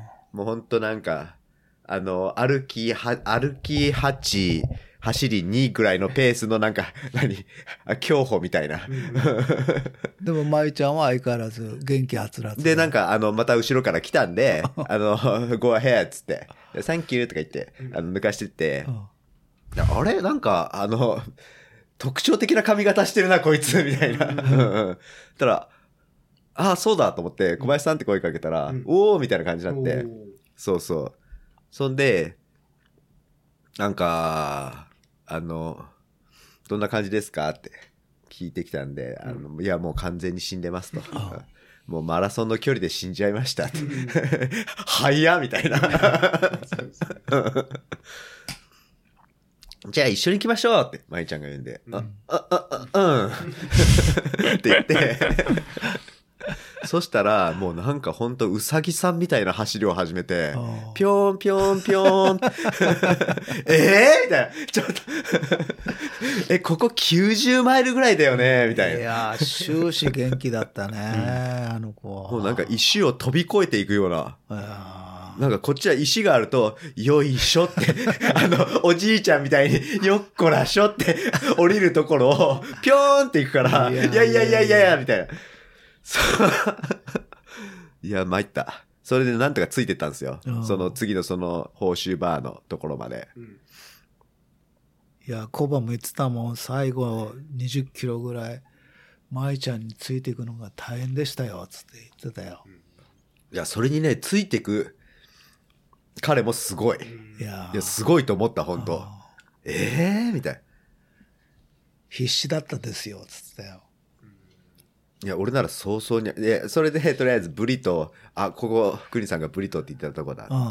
うほんとなんか、あの、歩き、は、歩き8、走り2ぐらいのペースのなんか、 何あ競歩みたいな。あでも、舞ちゃんは相変わらず元気はつらつ。で、なんか、あの、また後ろから来たんで、あの、go ahead っつって、でサンキューとか言って、あの、抜かしてってう、ん、であれなんか、あの、 特徴的な髪型してるな、こいつ、みたいな。 うんうんたら、ああ、そうだと思って、小林さんって声かけたら、うんおーみた いな感じだになって、そうそう。そんで、なんか、あの、どんな感じですかって聞いてきたんで、あのいや、もう完全に死んでますと。もうマラソンの距離で死んじゃいましたって。 早っみたいな。 じゃあ一緒に行きましょうって、舞ちゃんが言うんで、あ、あ、あ、あ、うん。 って言って、そしたら、もうなんかほんとうさぎさんみたいな走りを始めてあー、ぴょんぴょんぴょん。 えーみたいな。ちょっと、え、ここ90マイルぐらいだよねみたいな。いやー、終始元気だったね、 あの子は。もうなんか石を飛び越えていくような。あーなんかこっちは石があると、よいしょって、 あの、おじいちゃんみたいに、よっこらしょって、降りるところを、ぴょーんって行くから、いいややいいややいいややいいややいや、みたいな。そう。 いや、参った。それでなんとかついてったんですようん。その次のその、報酬バーのところまで。いや、コバも言ってたもん、最後20キロぐらい、舞ちゃんについていくのが大変でしたよ、つって言ってたよ。いや、それにね、ついてく、彼もすごい。いやーいや、すごいと思った、本当あええー、みたいな。必死だったですよ、つってたよ。いや、俺なら早々に、で、それで、とりあえずブリトー、あ、ここ、クリさんがブリトーって言ってたとこだう。ん、うん。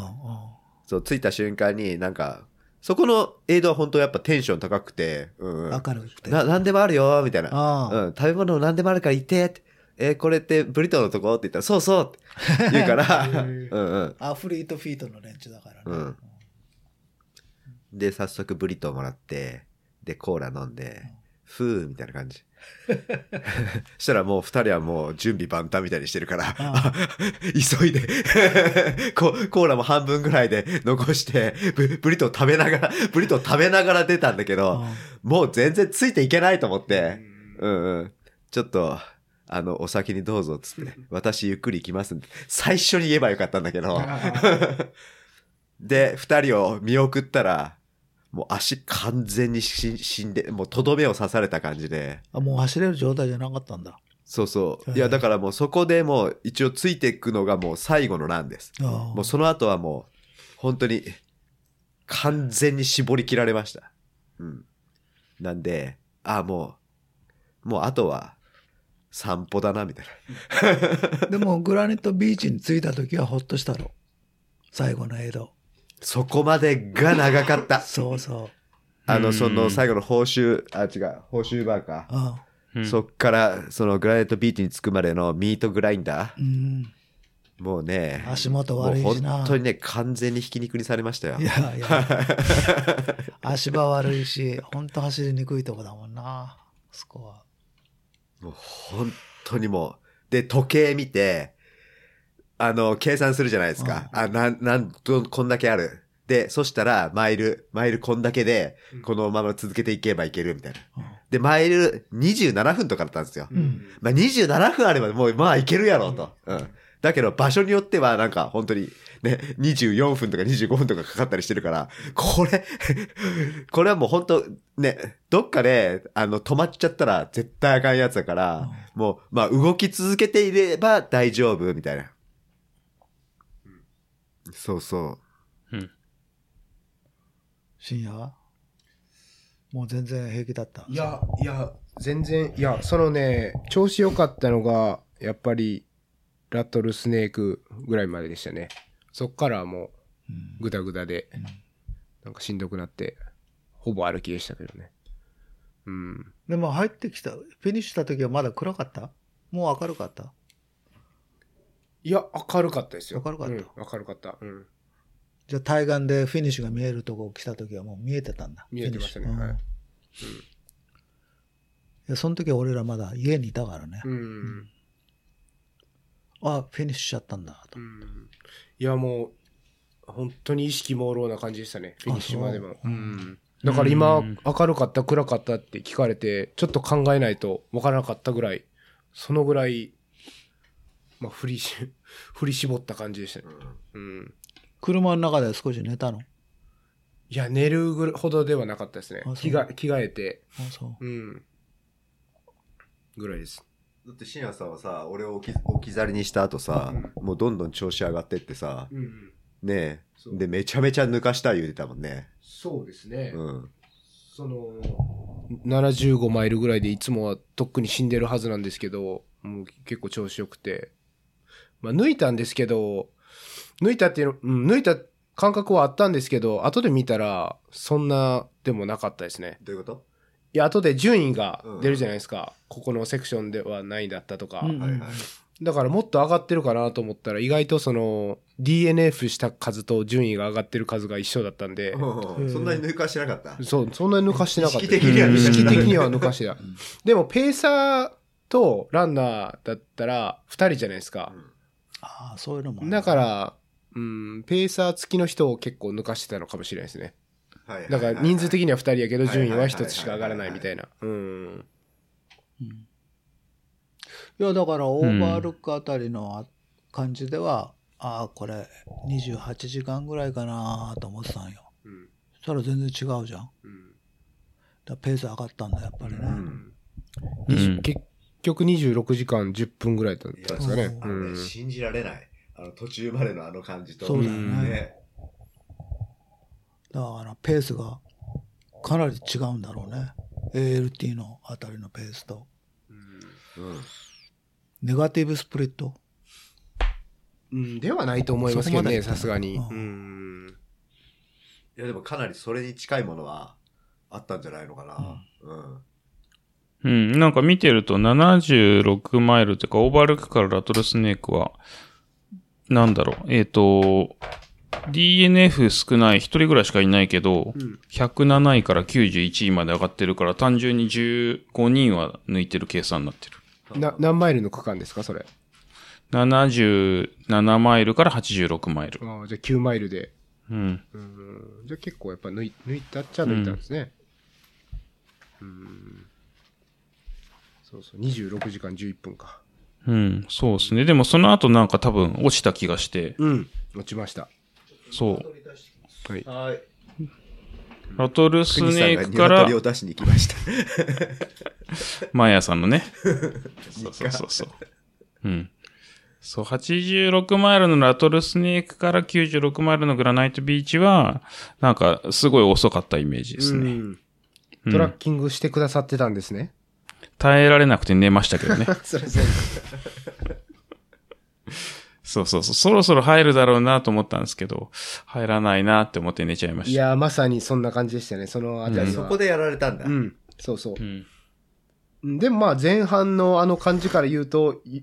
そう、着いた瞬間になんか、そこのエイドは本当やっぱテンション高くて、うん、うん。明るくて。な、なんでもあるよ、みたいな。ああうん、食べ物なんでもあるから行って、ってえーこれってブリトーのとこって言ったら、そうそうって言うから、うんうん。アフリートフィートの連中だからね。うんで、早速ブリトーもらって、で、コーラ飲んで、ふーみたいな感じ。 したらもう二人はもう準備万端みたいにしてるから、あ 急いでコ、コーラも半分ぐらいで 残して、ブブリトー食べながら、 ブリトー食べながら出たんだけど、もう全然ついていけないと思って、うんうん。ちょっと、あの、お先にどうぞっつ って、私ゆっくり行きますんで、最初に言えばよかったんだけど、で、二人を見送ったら、もう足完全にし死んで、もうとどめを刺された感じで、あもう走れる状態じゃなかったんだ。そうそう。いへや、えだからもうそこでもう一応ついていくのがもう最後のランです。ああもうその後はもう、本当に、完全に絞り切られました。うん。なんで、ああ、もう、もうあとは、散歩だな、みたいな。でも、グラニットビーチに着いた時はほっとしたろ。最後のエイド。そこまでが長かった。そうそう。あうの、んその最後の報酬、あ、違う、報酬バーか。あうんそっから、そのグラネットビーチに着くまでのミートグラインダあうん。ー。もうね、足元悪いしなもう本当にね、完全にひき肉にされましたよい。やいや。足場悪いし、ほんと走りにくいとこだもんな。そこは。もう本当にもう。で、時計見て、あの、計算するじゃないですか。あ、なん、なん、どんこんだけある。で、そしたら、マイル、マイルこんだけで、このまま続けていけばいけるみたいな。で、マイル27分とかだったんですよ。うん。まあ、27分あればもう、まあ、いけるやろうと。うん。だけど、場所によっては、なんか、本当に、ね、24分とか25分とかかかったりしてるから、これ、 これはもう本当、ね、どっかで、あの、止まっちゃったら絶対あかんやつだから、もう、まあ、動き続けていれば大丈夫、みたいな。そうそう。うん深夜はもう全然平気だった。いや、いや、全然、いや、そのね、調子良かったのが、やっぱり、ラトルスネークぐらいまででしたね。そっからはもう、ぐだぐだで、なんかしんどくなって、ほぼ歩きでしたけどね。うん。でも入ってきた、フィニッシュした時はまだ暗かったもう明るかったいや、明るかったですよ。明るかったうん明るかった。うん。じゃあ対岸でフィニッシュが見えるとこ来た時はもう見えてたんだ。見えてましたね。フィニッシュはい。うんいやその時は俺らまだ家にいたからね。うん。あ、フィニッシュしちゃったんだとう。ん。いや、もう、本当に意識朦朧な感じでしたね。フィニッシュまでも。ううん。だから今うん、明るかった、暗かったって聞かれて、ちょっと考えないと分からなかったぐらい、そのぐらい、まあ、振りし、 振り絞った感じでしたね。うん。車の中で少し寝たのいや、寝るぐらほどではなかったですねあそう。着替え、着替えて、あ、そう。うん。ぐらいです。だって深夜さんはさ、俺を置き置き去りにした後さ、もうどんどん調子上がってってさ、うん。ねそえ、うで、めちゃめちゃ抜かした言うてたもんね。そうですねうん。その、75マイルぐらいでいつもはとっくに死んでるはずなんですけど、もう結構調子よくて。まあ、抜いたんですけど、抜いたっていうの、うん、抜いた感覚はあったんですけど、後で見たら、そんなでもなかったですね。どういうこといや、後で順位が出るじゃないですか。ここのセクションでは何位だったとか。うんはいはい。だからもっと上がってるかなと思ったら、意外とその、DNF した数と順位が上がってる数が一緒だったんで、うん うんそんなに抜かしてなかった。そう、そんなに抜かしてなかった。意識的にはうん抜意かして識なかった的には抜かしてた。でも、ペーサーとランナーだったら、2人じゃないですか。ああ、そういうのもある。だから、うん、ペーサー付きの人を結構抜かしてたのかもしれないですね。はいはいだから、人数的には2人やけど、はいはいは順い位は1つしか上がらないみたいな。うん。いや、だからオーバールックあたりのあ感じでは、ああ、これ28時間ぐらいかなと思ってたんよ。うんそしたら全然違うじゃん。だかうんらペース上がったんだ、やっぱりね。うん。うん結局26時間10分ぐらいだったんですかいねや。あうのねん信じられない。あの、途中までのあの感じと。そうだよねね。だからペースがかなり違うんだろうね。ALT のあたりのペースと。うん。ネガティブスプリット。うん、ではないと思いますけそどね、こまでさすがに。ううん。いや、でもかなりそれに近いものはあったんじゃないのかな。うん。うん、なんか見てると76マイルというか、オーバールックからラトルスネークは、なんだろう、えっ、と、DNF 少ない、1人ぐらいしかいないけど、ん107位から91位まで上がってるから、単純に15人は抜いてる計算になってる。な、何マイルの区間ですか、それ。 77マイルから86マイル。ああ、じゃあ9マイルで。うん。うんじゃあ結構やっぱ抜い抜いたっちゃ抜いたんですね。うん。そうそう、26時間11分か。うん、そうですね。でもその後なんか多分落ちた気がして、うん。落ちました。そう。はい。はい。ラトルスクニさんネがークから鶏、を出しに行きました。マヤさん のね。そうそうそうそう。うん。そう、86マイルのラトルスネークから96マイルのグラナイトビーチは、なんか、すごい遅かったイメージですうね。んうんトラッキングしてくださってたんですね。耐えられなくて寝ましたけどね。 それそうそうそうそう。そろそろ入るだろうなと思ったんですけど、入らないなって思って寝ちゃいまいした。やー、まさにそんな感じでしたね。そのあたりは。そこでやられたんだ。うん。そうそうう。ん。うんでもまあ前半のあの感じから言うと、い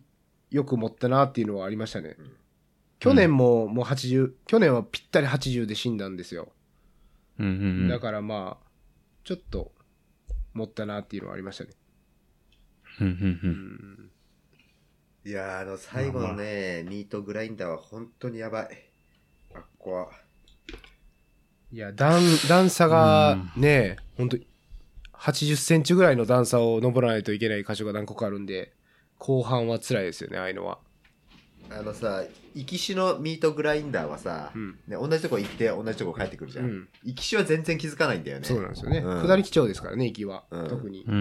よく持ったなっていうのはありましたね。去年ももう80、去年はぴったり80で死んだんですよ。うんうんうん。だからまあ、ちょっと、持ったなっていうのはありましたね。うんうんうんいやーあの、最後のね、ミートグラインダーは本当にやばい。あっこは。いや、段、段差がね、本当80センチぐらいの段差を登らないといけない箇所が何個かあるんで、後半は辛いですよね、ああいうのは。あのさ、行きしのミートグラインダーはさ、うんね、同じとこ行って、同じとこ帰ってくるじゃん。うん行きしは全然気づかないんだよね。そうなんですよね。うん下り基調ですからね、行きは。うん特にうんう。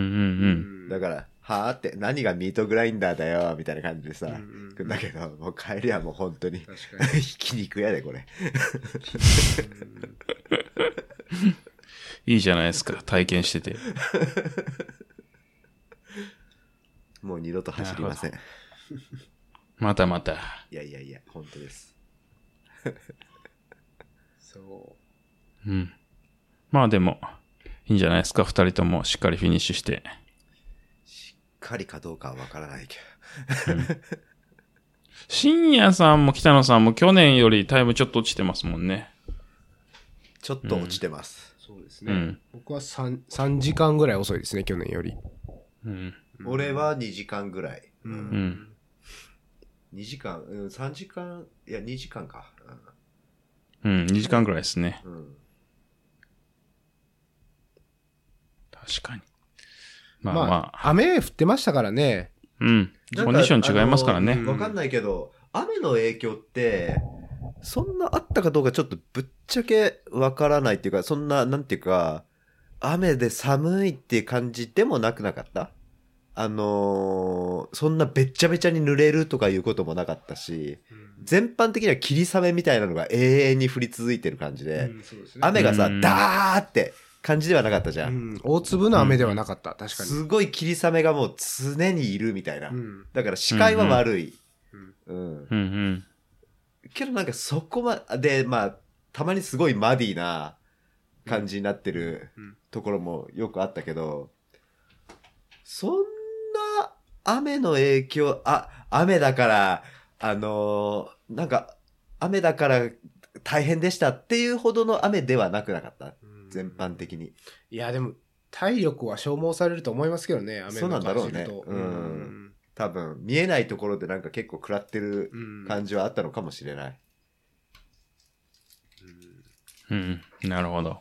んだから、はあって、何がミートグラインダーだよ、みたいな感じでさ、うんうんだけど、もう帰りはもう本当に、確 かに。ひき肉やで、これ。いいじゃないですか、体験してて。もう二度と走りません。またまた。いやいやいや、本当です。そうん。まあでも、いいんじゃないですか、二人ともしっかりフィニッシュして。狩りかどうかはわからないけ深夜さんも北野さんも去年よりタイムちょっと落ちてますもんね。ど、ちょっと落ちてますう。。そうですうね。ん。僕は 3, 3時間ぐらい遅いですね、去年より。うん。俺は2時間ぐらい。う。うんん。 2時間、うん、3時間、いや、2時間か。うん、2時間くらいですね。うん。うん確かに。ままああ、まあ、雨降ってましたからね。うん。コンディション違いますからなんあね。のわかんないけど、雨の影響って、そんなあったかどうかちょっとぶっちゃけわからないっていうか、そんな、なんていうか、雨で寒いっていう感じでもなくなかったあのーそんなべっちゃべちゃに濡れるとかいうこともなかったし、全般的には霧雨みたいなのが永遠に降り続いてる感じで、そうです雨がさ、うんダーって感じではなかったじゃ。うんん、大粒の雨ではなかった、確かに。すごい霧雨がもう常にいるみたいな。うん。だから視界は悪い。ううん、んうん。けどなんかそこまで、まあ、たまにすごいマディな感じになってるうんところもよくあったけど、そんな雨の影響、あ、雨だから、あのーなんか、雨だから大変でしたっていうほどの雨ではなくなかった。全般的に。いや、でも、体力は消耗されると思いますけどね、雨そうなのんだ中ろう走ねると。うん多分、見えないところでなんか結構食らってるうん感じはあったのかもしれない。うん。なるほど。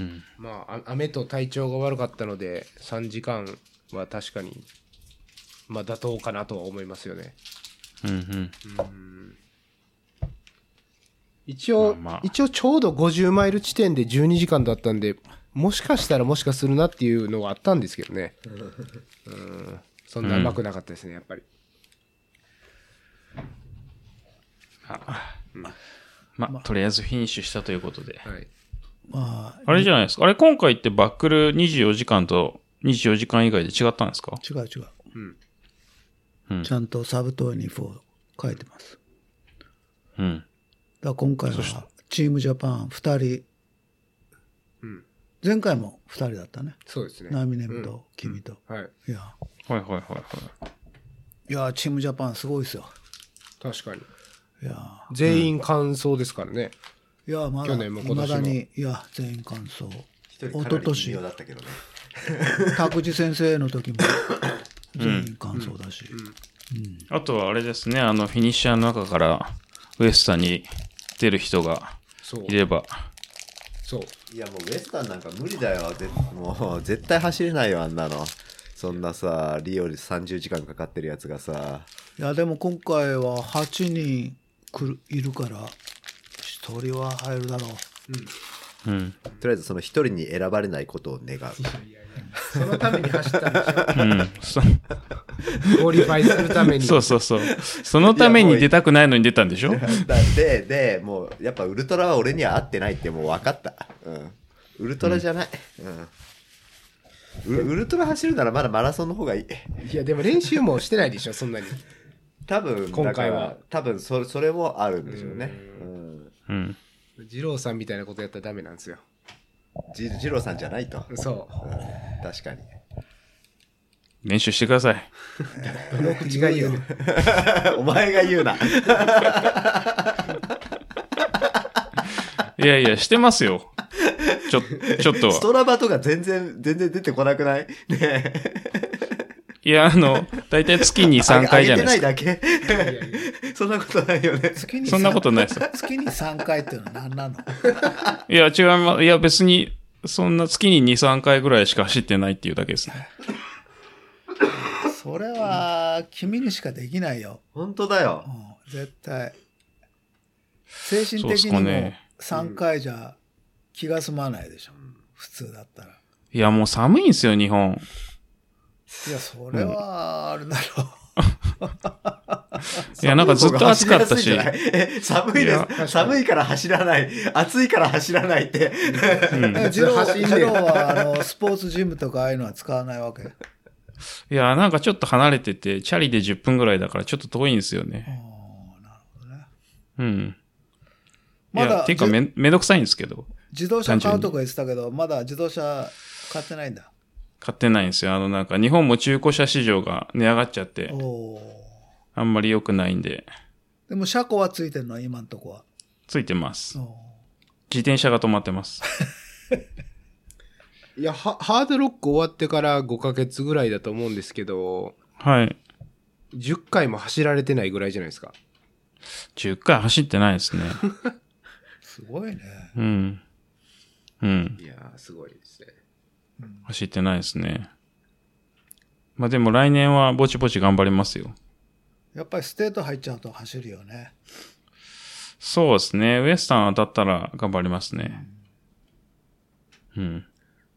うん。まあ、あ雨と体調が悪かったので、3時間は確かに、まあ、妥当かなとは思いますよね。うんうん。一応、まあまあ一応ちょうど50マイル地点で12時間だったんで、もしかしたらもしかするなっていうのはあったんですけど ね。うん、そんな甘くなかったですね、やっぱり。あまあ、とりあえずフィニッシュしたということで。はい。まあ、あれじゃないですか。あれ、今回ってバックル24時間と24時間以外で違ったんですか違う違う。うんちゃんとサブ24書いてます。うん。だから今回はチームジャパン2人、うん前回も2人だったねそうですね。ナミネムと君と、はい。いやはいはいはいはいい。やチームジャパンすごいですよ確かに。いや全員完走ですからね。いやまだ去年も今年も未だにいや全員完走一一人かな昨り微年妙だったけどね。拓司先生の時も全員完走だし、あとはあれですね、あの、フィニッシャーの中から、ウエスタに出る人がそうい。れば、そう。いやもうウエスタンなんか無理だよ。ぜもう絶対走れないよ、あんなの。そんなさ、リオで30時間かかってるやつがさ、いやでも今回は8人くるいるから1人は入るだろう うん。とりあえずその一人に選ばれないことを願う。 そのために走ったんでし うん。そょ。クオリファイするために。そうそうそう。そのために出たくないのに出たんでしょだで、で、もうやっぱウルトラは俺には合ってないってもう分かった。うん。ウルトラじゃない。うん。ウウルトラ走るならまだマラソンの方がいい。いや、でも練習もしてないでしょ、そんなに。多分、今回はだから多分それ、それもあるんでしょうね。うん。うん。二郎さんみたいなことやったらダメなんですよ。ジジローさんじゃないと。そうん確かに。 練習してください。う。どの口が言う。お前が言うな。いやいや、してますよ。ちょ、ちょっとス は。トラバとか全然、全然出てこなくないねえ。いや、あの、だいたい月に3回じゃないですか。あげてないだけ。 そんなことないよね。月にそんなことないですさん月に3回っていうのは何なのいや、違います。いや、別に、そんな月に2、3回ぐらいしか走ってないっていうだけですね。それは君にしかできないよ本当だよう。ん絶対精神そうっ的すにかもね3回じゃ気が済まないでしょ、普通だったらいや、もう寒いんですよ、日本。いやそれはあれだろいや、なんかずっと暑かったし。え寒いいやかでにす。寒いから走らない。暑いから走らないって。う んえジロー 走んねやジローはあのスポーツジムとかああいうのは使わないわけ。いや、なんかちょっと離れてて、チャリで10分ぐらいだからちょっと遠いんですよね。うん。まいや、だっていうかめ、めんどくさいんですけど、自動車買うとか言ってたけど、まだ自動車買ってないんだ。買ってないんですよ。あの、なんか日本も中古車市場が値上がっちゃってお、お。あんまり良くないんで、でも車庫はついてるの、今んとこは。ついてますお。自転車が止まっ てます。いや、ハハードロック終わってから5ヶ月ぐらいだと思うんですけど、はい。 10回も走られてないぐらいじゃないですか。 10回走ってないですね。すごいね。うん。うん。いやー、すごいですね。走ってないですね。まあでも来年はぼちぼち頑張りますよ。やっぱりステート入っちゃうと走るよね。そうですね。ウエスタン当たったら頑張りますね。うん。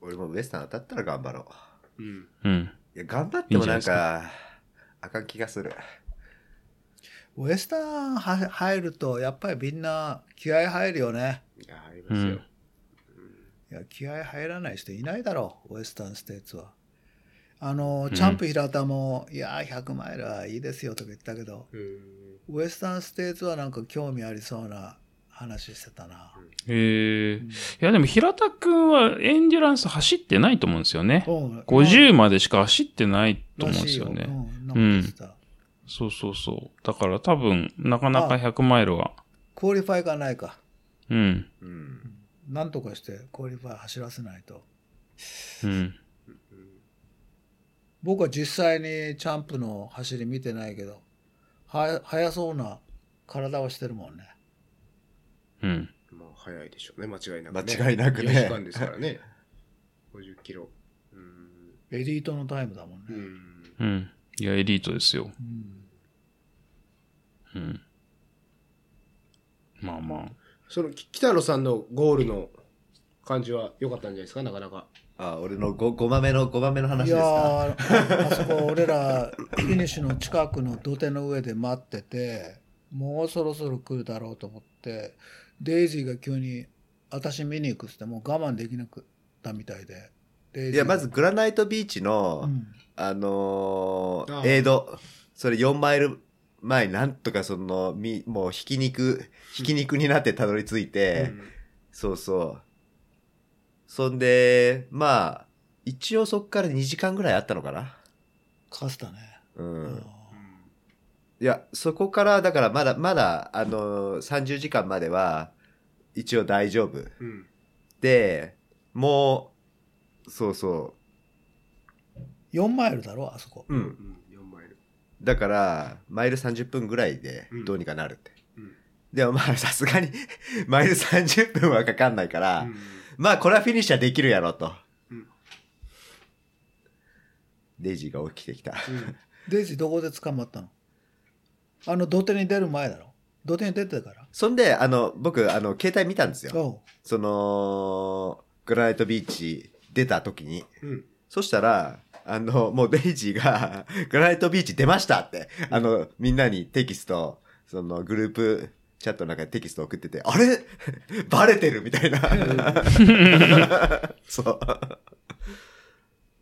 俺もウエスタン当たったら頑張ろう。うん。うん。いや、頑張ってもないんいんじゃか、あかん気がする。ウエスタンは入ると、やっぱりみんな気合入るよね。いや、ありますよ。いや、気合入らない人いないだろう、ウエスタンステーツは。あの、チャンプ平田も、いやー、100マイルはいいですよとか言ったけど、うん。ウエスタンステーツはなんか興味ありそうな話してたな。へえうんいやでも平田くんはエンデュランス走ってないと思うんですよね。うん50までしか走ってないとら思うんしでいすよね。うんなんか言ってたそうそうそう。だから多分、なかなか100マイルは。クオリファイがないか。うん。うん。なんとかしてクオリファイ走らせないと。うん。僕は実際にチャンプの走り見てないけど、は速そうな体をしてるもんね。うん。まあ、早いでしょうね、間違いなく、ね。間違いなくね4時間ですから ね。50キロ。うん。エリートのタイムだもんね。うん。うん。いや、エリートですよ。うんうん。まあまあ。その、き北野さんのゴールの感じは良かったんじゃないですか、なかなか。あ、俺の 5, 5番目の、5番目の話いですやか。ーああそこ俺らフィニッシュの近くの土手の上で待っててもうそろそろ来るだろうと思ってデイジーが急に「私見に行く」っつってもう我慢できなくったみたいでデイジーいや、まずグラナイトビーチうの、んあのーああエイド、それ4マイル前、なんとかその、み、もうひき肉、ひき肉になってたどり着いて、そうそう。そんで、まあ、一応そっから2時間ぐらいあったのかな。かすたね、うん。うんいや、そこから、だからまだ、まだ、あのー、30時間までは、一応大丈う夫。ん。うん。で、もう、そうそ4マイルだろあそこう。うん。うん。4マイル。だから、マイル30分ぐらいでうんどうにかなるって。うんでもまあ、さ すがに、マイル30分はかかんないから、うんまあ、これはフィニッシャーできるやろと。うんデイジーが起きてきた。うんデイジーどこで捕まったのあの土手に出る前だろ土手に出てたからそんで、あの、僕、あの、携帯見たんですよ。おうその、グラナイトビーチ出た時に。うん。そしたら、あの、もうデイジーが、 グラナイトビーチ出ましたって、あの、みんなにテキスト、その、グループチャットの中でテキスト送ってて、あれ バレてるみたいな。 そう。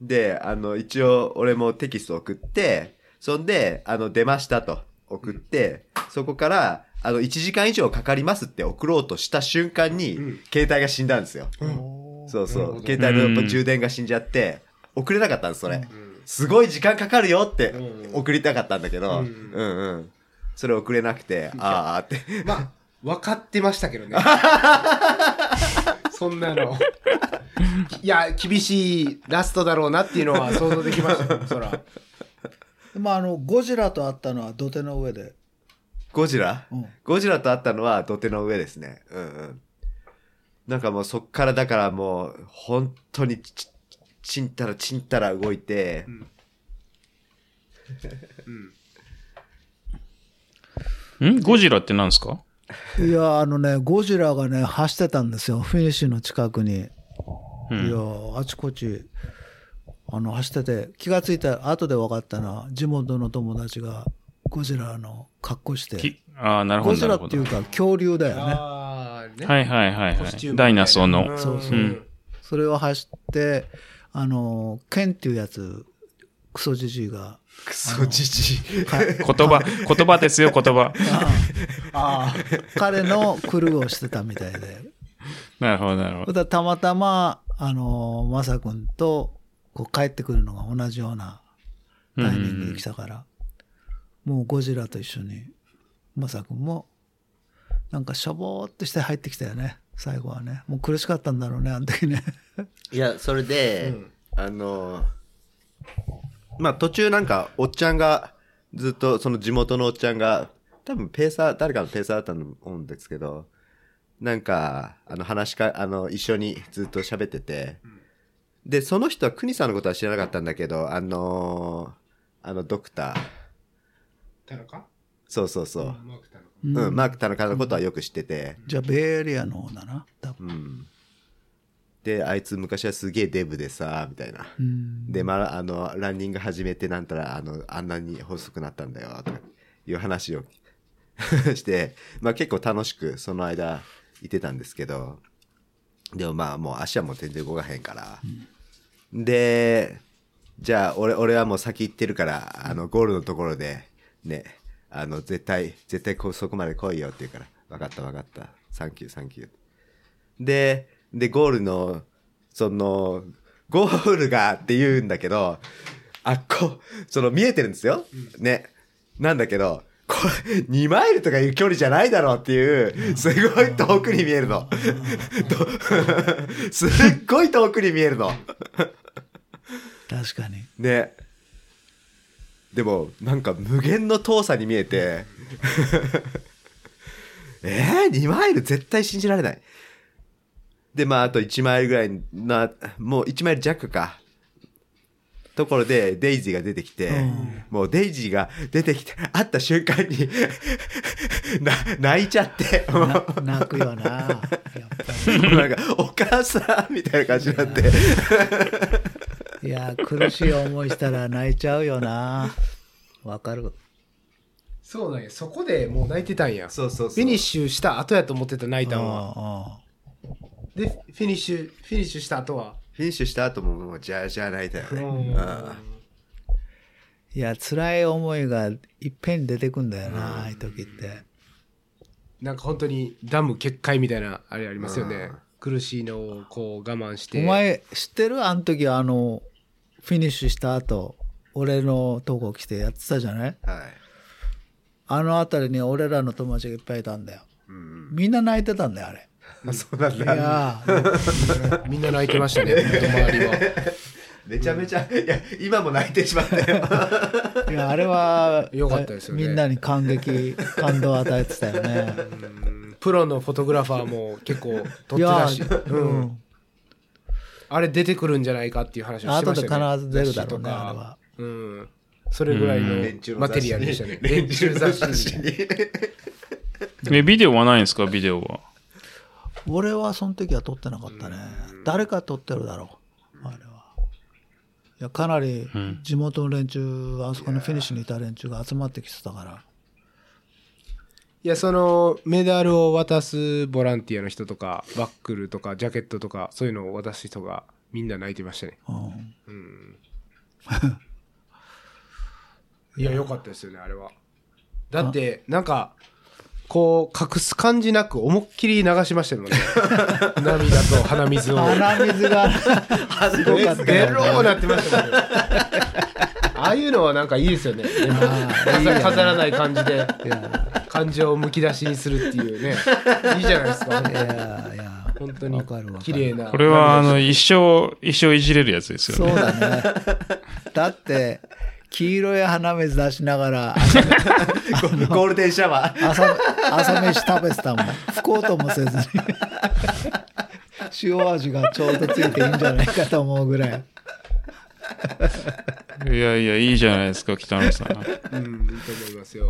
で、あの、一応、俺もテキスト送って、そんで、あの、出ましたと送って、そこから、あの、1時間以上かかりますって送ろうとした瞬間に、うん携帯が死んだんですよ。おうそうそなるほう。ど携帯うのん充電が死んじゃって、送れなかったんです、それ。うん。すごい時間かかるよってうん送りたかったんだけど、ううんんうん。それ送れなくて、あーって。まあ、分かってましたけどね。そんなの。いや、厳しいラストだろうなっていうのは想像できました、ね、そら。でもあのゴジラと会ったのは土手の上で、ゴジラうん、ゴジラと会ったのは土手の上ですね。うんうん。なんかもうそっからだからもう、本当にち、ちちんたらちんたら動いてう、ん。うん。んゴジラって何ですか いやあのねゴジラがね走ってたんですよフィニッシュの近くに、ういやん。あちこちあの走ってて気がついた後で分かったな地元の友達がゴジラの格好して。きああ、なるほゴど、なジラるっほてど。いうか恐竜だよね。ああ、ねはいはいはい、コはスチューい。ムダイナソーの。そうそううんそれを走って、あの、剣っていうやつ、クソじじいが。クソじじい。か言葉、言葉ですよ、言葉。ああああ彼のクルーをしてたみたいで。なるほど、なるそほれ ど。でたまたま、あの、まさくんとこう帰ってくるのが同じようなうんタイミングで来たから、もうゴジラと一緒に、まさくんも、なんかしょぼーっとして入ってきたよね、最後はね。もう苦しかったんだろうね、あの時ね。 いや、それで、あの、まあ途中なんか、おっちゃんが、ずっとその地元のおっちゃんが、多分ペーサー、誰かのペーサーだったと思うんですけど、なんか、あの話しか、あの、一緒にずっと喋ってて、で、その人は国さんのことは知らなかったんだけど、あのあのドクター、田中そうそうそう、マーク田中。ううんん、マーク田中のことはよく知ってて、じゃあ、ベイエリアの方だな、多分。うん。で、あいつ昔はすげえデブでさ、みたいな。うん。で、まあ、あの、ランニング始めてなんたら、あの、あんなに細くなったんだよ、とかいう話を して、まあ結構楽しくその間いてたんですけど、でもまあもう足はもう全然動かへんから、で、じゃあ俺、俺はもう先行ってるから、あの、ゴールのところで、ね、あの、絶対、絶対こうそこまで来いよって言うから、分かった分かった、サンキューサンキュー。で、で、ゴールの、その、ゴールがって言うんだけど、あっこ、その見えてるんですよ。ね。なんだけど、これ、2マイルとかいう距離じゃないだろうっていう、すごい遠くに見えるの。と すっごい遠くに見えるの。確かに。ね。でも、なんか無限の遠さに見えて、 えー、2マイル絶対信じられない。で、まあ、あと1マイルぐらいな、もう1マイル弱か。ところで、デイジーが出てきて、うんもうデイジーが出てきて、会った瞬間に な、泣いちゃって、 もなう泣くよな、やっぱなんか、お母さんみたいな感じになって、り。いや、苦しい思いしたら泣いちゃうよな。わかる。そうなんや。そこでもう泣いてたんや。そうそうそう。フィニッシュした後やと思ってた、泣いたんは。うんうんで、フィニッシュ、フィニッシュした後は。フィニッシュした後も、もう、じゃあじゃあ泣いたよね。うんいや、辛い思いがいっぺんに出てくんだよな、ああいう時って。なんか本当にダム決壊みたいな、あれありますよね。苦しいのをこう我慢して。お前、知ってるあの時、あの、フィニッシュした後、俺のとこ来てやってたじゃないはい。あの辺りに俺らの友達がいっぱいいたんだよ。うんみんな泣いてたんだよ、あれ。あそうなんいだ。やー、みんな泣いてましたね、周りは。めちゃめちゃ、いや、今も泣いてしまったよ。いやあれは、よかったですよねみんなに感激、感動を与えてたよね。うんプロのフォトグラファーも結構撮っいてやたし、ー、ううんん。あれ出てくるんじゃないかっていう話をして後までし必たよね。ず出るだろうね、雑誌とかあれは。うん。それぐらい のマテリアルでしたね。 連中雑誌に。え、ビデオはないんですか、ビデオは。俺はその時は撮ってなかったね。誰か撮ってるだろう。あれは。いや、かなりん地元の連中、あそこのフィニッシュにいた連中が集まってきてたから。いや、その、メダルを渡すボランティアの人とか、バックルとか、ジャケットとか、そういうのを渡す人が、みんな泣いてましたね。うん。いや、良かったですよね、あれは。だって、なんか、こう、隠す感じなく、思いっきり流しましたもん ね。涙と鼻水を。鼻水が、すごかったベローよね。なってましたもんね。ああいうのはなんかいいですよね。あ飾飾らない感じで、感情をむき出しにするっていうね。いいじゃないですか。いやいや、本当わにかるわかる綺麗な。これは、あの、一生、一生いじれるやつですそようね。だね。だって、黄色い鼻水出しながら朝ゴールデンシャワー。朝朝飯食べてたもん。不幸ともせずに。塩味がちょうどついていいんじゃないかと思うぐらい。いやいや、いいじゃないですか、北野さん。うん、いいと思いますよ。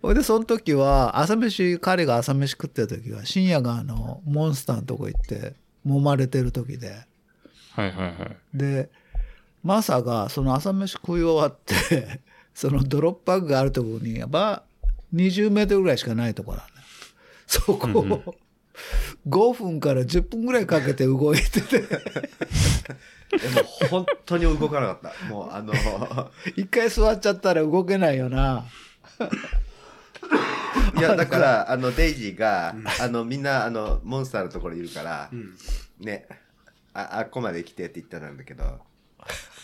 ほいでその時は朝飯彼が朝飯食ってる時は深夜があのモンスターのとこ行って揉まれてる時ではいはいはい。でマサがその朝飯食い終わってそのドロップバッグがあるとこにば20メートルぐらいしかないところなんだよそこを5分から10分ぐらいかけて動いてて、でも本当に動かなかった。もう あの、一回座っちゃったら動けないよな。いや、だから、あの、デイジーが、あの、みんな、あの、モンスターのところにいるから、ね、あ、あっこまで来てって言ったんだけど、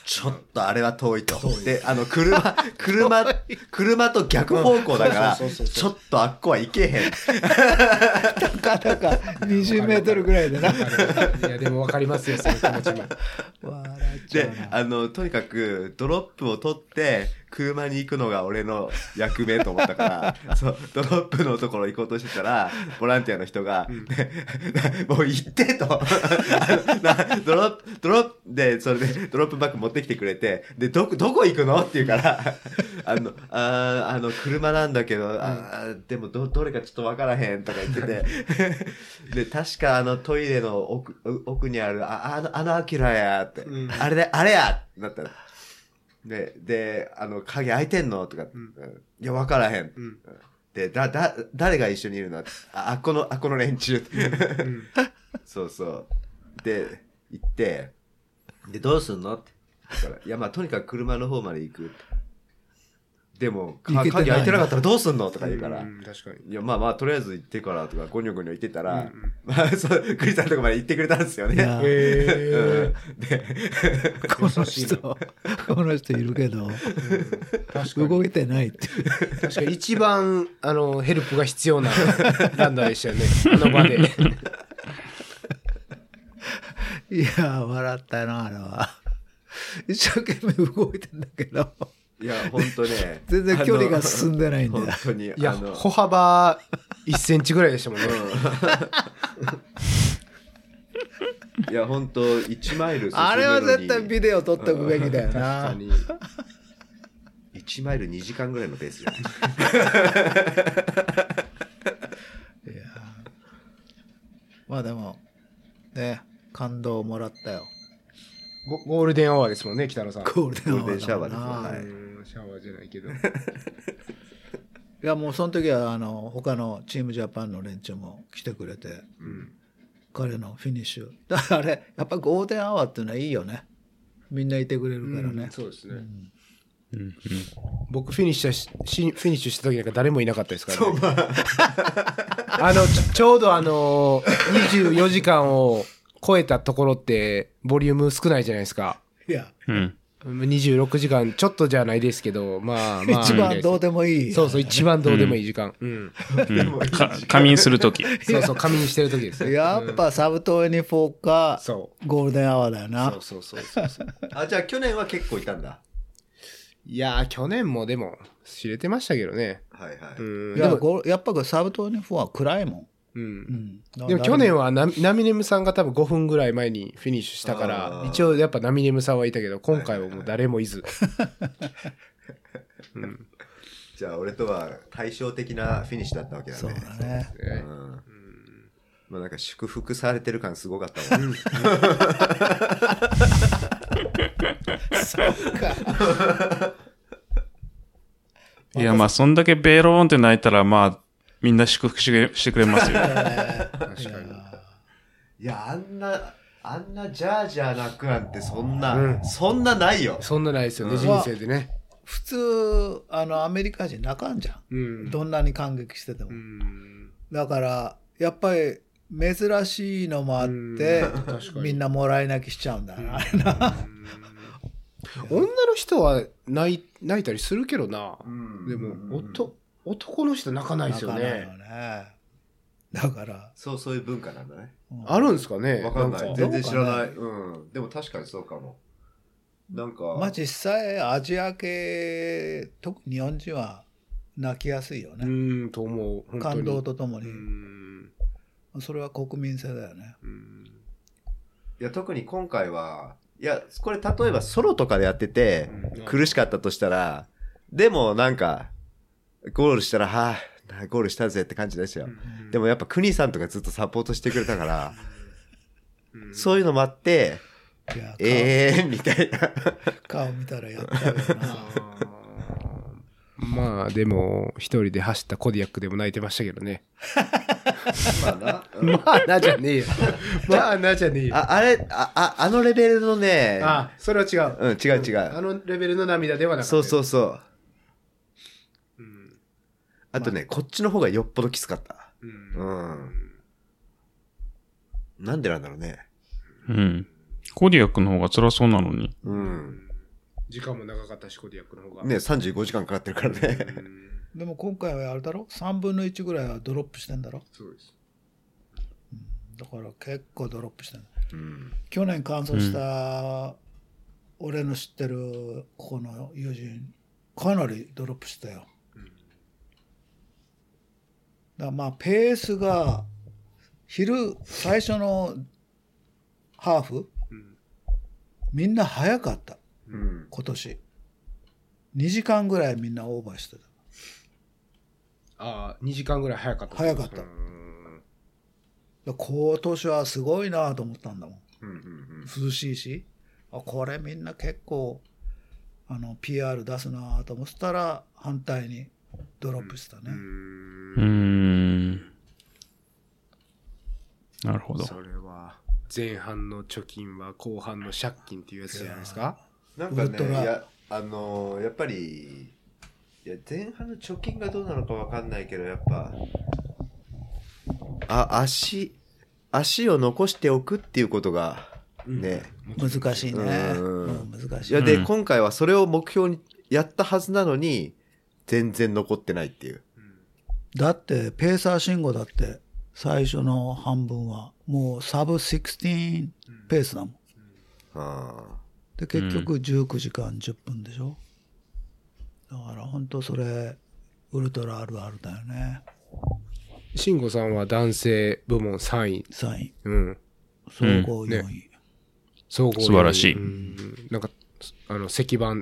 ちょっとあれは遠いと。で、あの、車、車、車と逆方向だから、そうそうそうそうちょっとあっこは行けへん。なかなか20メートルぐらいでな。いや、でも分かりますよ、その気持ちも。笑っちゃでうな、あの、とにかく、ドロップを取って、車に行くのが俺の役目と思ったから、そう、ドロップのところ行こうとしてたら、ボランティアの人が、ね もう行ってと、あ のなドロップ、ドロップ、で、それで、ドロップバッグ持ってきてくれて、で、どこ、どこ行くのって言う から、あの、あーあの、車なんだけど、あーでもど、どれかちょっとわからへんとか言って て、で、確かあの、トイレの奥、奥にある、あ、あの、あの、アキラやって、うんあれで、あれやってなったので、で、あの、鍵開いてんのとか、んうんいや、わからへん。うんで、だ、だ、誰が一緒にいるのあ、あっこの、あっこの連中。うん そうそう。で、行って、で、どうすんのって。だからいや、まあ、とにかく車の方まで行く。でも、か行けてない鍵開いてなかったらどうすんのとか言うから。うん確かに。いや、まあまあ、とりあえず行ってからとか、ゴニョゴニョ言ってたら、うんうんまあ、 そう、クリスさんのとこまで行ってくれたんですよいね。やえうんで、この人、この人いるけど、確か動に。いてないっていう。確かに一番、あの、ヘルプが必要なランナーでしたよね。あ の場で。いやー、笑ったよな、あれは。一生懸命動いてんだけど、いや、ほんとね。 全然距離が進んでないんだ本よ。当に。いや、あの歩幅1センチぐらいでしたもんね。 いや、本当1マイル進むのに。あれは絶対ビデオ撮っておくべきだよな。確か1マイル2時間ぐらいのペースで。 まあでも、ね、感動をもらったよ。にゴゴールデンアワーですもんね、北野さん。ゴールゴデールデンンシシャャワワーーだもんなですねはいうんシャワーじゃないけど。いやもうその時はあの他のチームジャパンの連中も来てくれて、彼のフィニッシュだからあれやっぱゴールデンアワーっていうのはいいよねみんないてくれるからね、そうですね。うんうん僕フィニッシュししフィニッシュした時なんか誰もいなかったですからね。 あのちょちょうどあのー24時間を超えたところってボリューム少ないじゃないですか。いや、うん。 26時間ちょっとじゃないですけど、まあまあ。一番どうででもいいそうそう、一番どうでもいい時間。うん。うん。か仮眠するとき。そうそう、仮眠してる時ですね。やっぱサブトニフォーかそゴールデンアワーだよなそうそうそうそうそう。あ、じゃあ去年は結構いたんだ。いやー、去年もでも知れてましたけどね。はいはい。うん。いでやも、ゴールやっぱサブトニフォーは暗いもん、うんう。ん、でも去年はナミナミネムさんが多分5分ぐらい前にフィニッシュしたかあらー一応やっぱナミネムさんはいたけど今回はもう誰もいず、じゃあ俺とは対照的なフィニッシュだったわけだね。そうだねうん。まあなんか祝福されてる感すごかっ たもん。いや、まあ、そんだけベローンって泣いたら、まあ、みんな祝福してくれしてくれますよ。確かにいや、あんな、あんなジャージャー泣くなんてそんな、うんそんなないよ。 そんなないですよね、うん人生でね普通あのアメリカ人泣かんじゃん、うんどんなに感激してても、うんだからやっぱり珍しいのもあってうん 確かにみんなもらい泣きしちゃうんだな、女の人は泣い泣いたりするけどな、んでも男男の人泣かないですよ泣かないねよねだから、そう、そういう文化なんだね。うんあるんですかねわかんないか全然知らない。うん。でも確かにそうかも。なんか、まあ実際アジア系特に日本人は泣きやすいようね、んと思う本当に感動とともうに、んそれは国民性だよねうんいや、特に今回は、いや、これ例えばソロとかでやってて、うん苦しかったとしたら、でもなんか、ゴールしたら、はぁ、ゴールしたぜって感じでしたよ。でもやっぱ国さんとかずっとサポートしてくれたから、うんそういうのもあって、いや顔,、ええー、みたいな。顔見たらやったよなあーまあでも、一人で走ったコディアックでも泣いてましたけどね。まあな。うんまあなじゃねえよ。まあなじゃねえよ。あ、あれ、あ、ああのレベルのね、あ、それは違う。うん、違う違あう。のレベルの涙ではなかった。そうそうそう。う。うん。あとね、こっちの方がよっぽどきつかった。う。うんん。なんでなんだろうね。うん。コディアックの方が辛そうなのに。うん。時間も長かったし、コディアックの方が。ね、35時間かかってるからうね。ん。でも今回はあれだろ ?3 分の1ぐらいはドロップしてんだろそうです。だから結構ドロップしてんだうん。去年完走した、俺の知ってるここの友人かなりドロップしてたよだからまあペースが昼最初のハーフうん。みんな早かったうん。今年2時間ぐらいみんなオーバーしてたああ、2時間ぐらい早かった。早かったうん。だから今年はすごいなと思ったんだもんうんうん涼しいしあこれみんな結構あの PR 出すなと思ってたら反対にドロップしたね、うーん。なるほど。それは、前半の貯金は後半の借金っていうやつじゃないですか。なんかウルトね、ラいや、あのーやっぱり、いや、前半の貯金がどうなのかわかんないけど、やっぱ、あ、足、足を残しておくっていうことが、ね。難しいね、うんうん難しいいや、で、うん今回はそれを目標にやったはずなのに、全然残ってないっていう。だってペーサー信号だって最初の半分はもうサブ16ペースだもんああ。で結局19時間10分でしょ、だから本当それウルトラあるあるだよね慎吾さんは男性部門3位。 3位うん。総合4位、うん総合素晴らしいうんなんか、あの、石板っ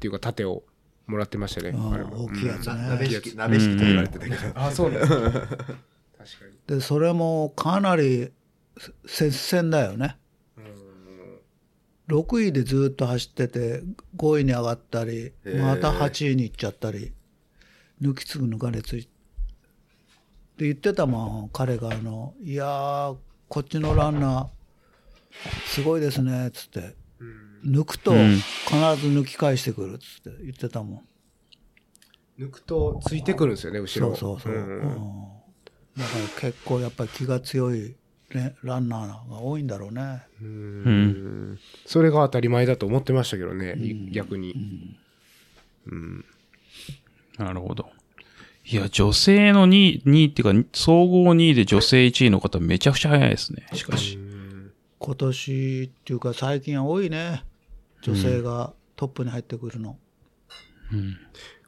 ていうか盾をもらってましたね。うんあれも大きいやつね、鍋敷き、鍋敷きと言われてたけど。あ、そうなんですか確かに。でそれもかなり接戦だよねうん6位でずっと走ってて5位に上がったりへえまた8位に行っちゃったり抜き継ぐ抜かれついで言ってたもん彼があの「いやーこっちのランナーすごいですね」っつって抜くとうん必ず抜き返してくるっつって言ってたもん、抜くとついてくるんですよね、後そろ。うそうそう、んうんだから結構やっぱり気が強い、ね、ランナーが多いんだろうねうんそれが当たり前だと思ってましたけどね、逆に。なるほど。いや、女性の2位、2位っていうか、総合2位で女性1位の方めちゃくちゃ早いですね。しかし。今年っていうか最近は多いね女性がトップに入ってくるの、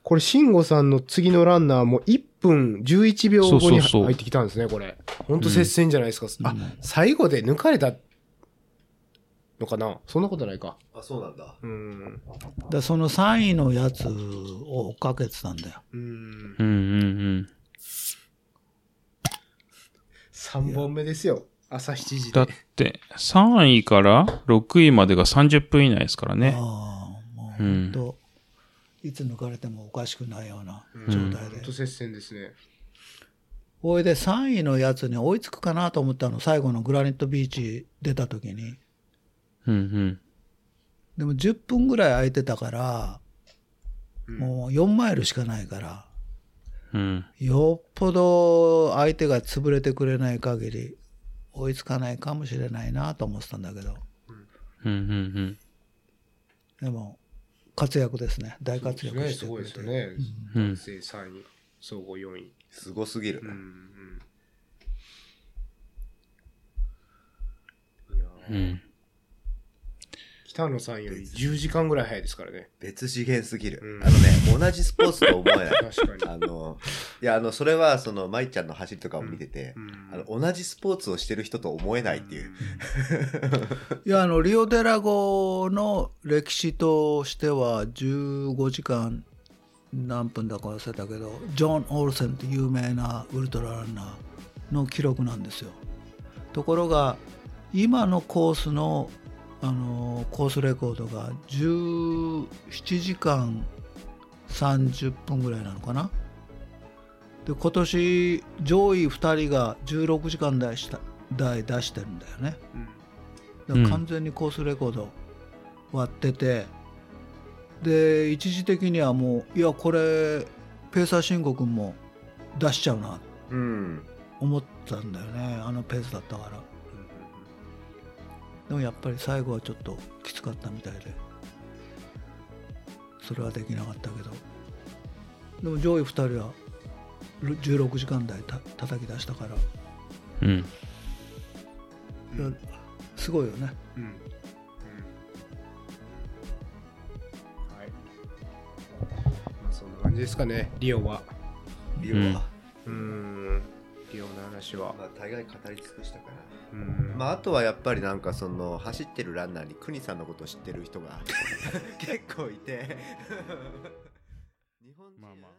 これ、慎吾さんの次のランナーも1分11秒後にそうそうそう入ってきたんですね、これ。ほんと接戦じゃないですか。あ、最後で抜かれたのかなそんなことないか。あ、そうなんだ。うん。でその3位のやつを追っかけてたんだようん。うんうん3本目ですよ、朝7う時ん。だっで。て、3位から6位までが30分以内ですからね。ああもううん本当、いつ抜かれてもおかしくないような状態で、ほんと接戦ですね。おいで3位のやつに追いつくかなと思ったの最後のグラニットビーチ出た時にうんうん。でも10分ぐらい空いてたから、もう4マイルしかないからうん。よっぽど相手が潰れてくれない限り追いつかないかもしれないなと思ってたんだけどうんうんでも活躍ですね大活躍ねしてすごくれいですて、よね。うん。うん男。性3位、総合4位。すごすぎる。うんうん。北野さんより10時間ぐらい早いですからね。別次元すぎる、うんあのね同じスポーツとは思えない確かに。あのいやあのそれはその舞ちゃんの走りとかを見てて、あの同じスポーツをしてる人と思えないっていう、いやあのリオデラゴの歴史としては15時間何分だか忘れたけどジョン・オルセンって有名なウルトラランナーの記録なんですよところが今のコースのあのコースレコードが17時間30分ぐらいなのかなで今年上位2人が16時間台した台出してるんだよねだから完全にコースレコード割ってて、で一時的にはもういやこれペーサー慎吾君も出しちゃうなうん。思ったんだよねあのペースだったからでもやっぱり最後はちょっときつかったみたいでそれはできなかったけどでも上位2人はる16時間台た叩き出したから、うん。ういんやすごいよねうんうんはいまあそんな感じですかねリオは理由は、うーんリオの話はまあ、大概語り尽くしたかうら。んまあ、あとはやっぱりなんかその、走ってるランナーに国さんのことを知ってる人が 結構いて。日本人まあまあ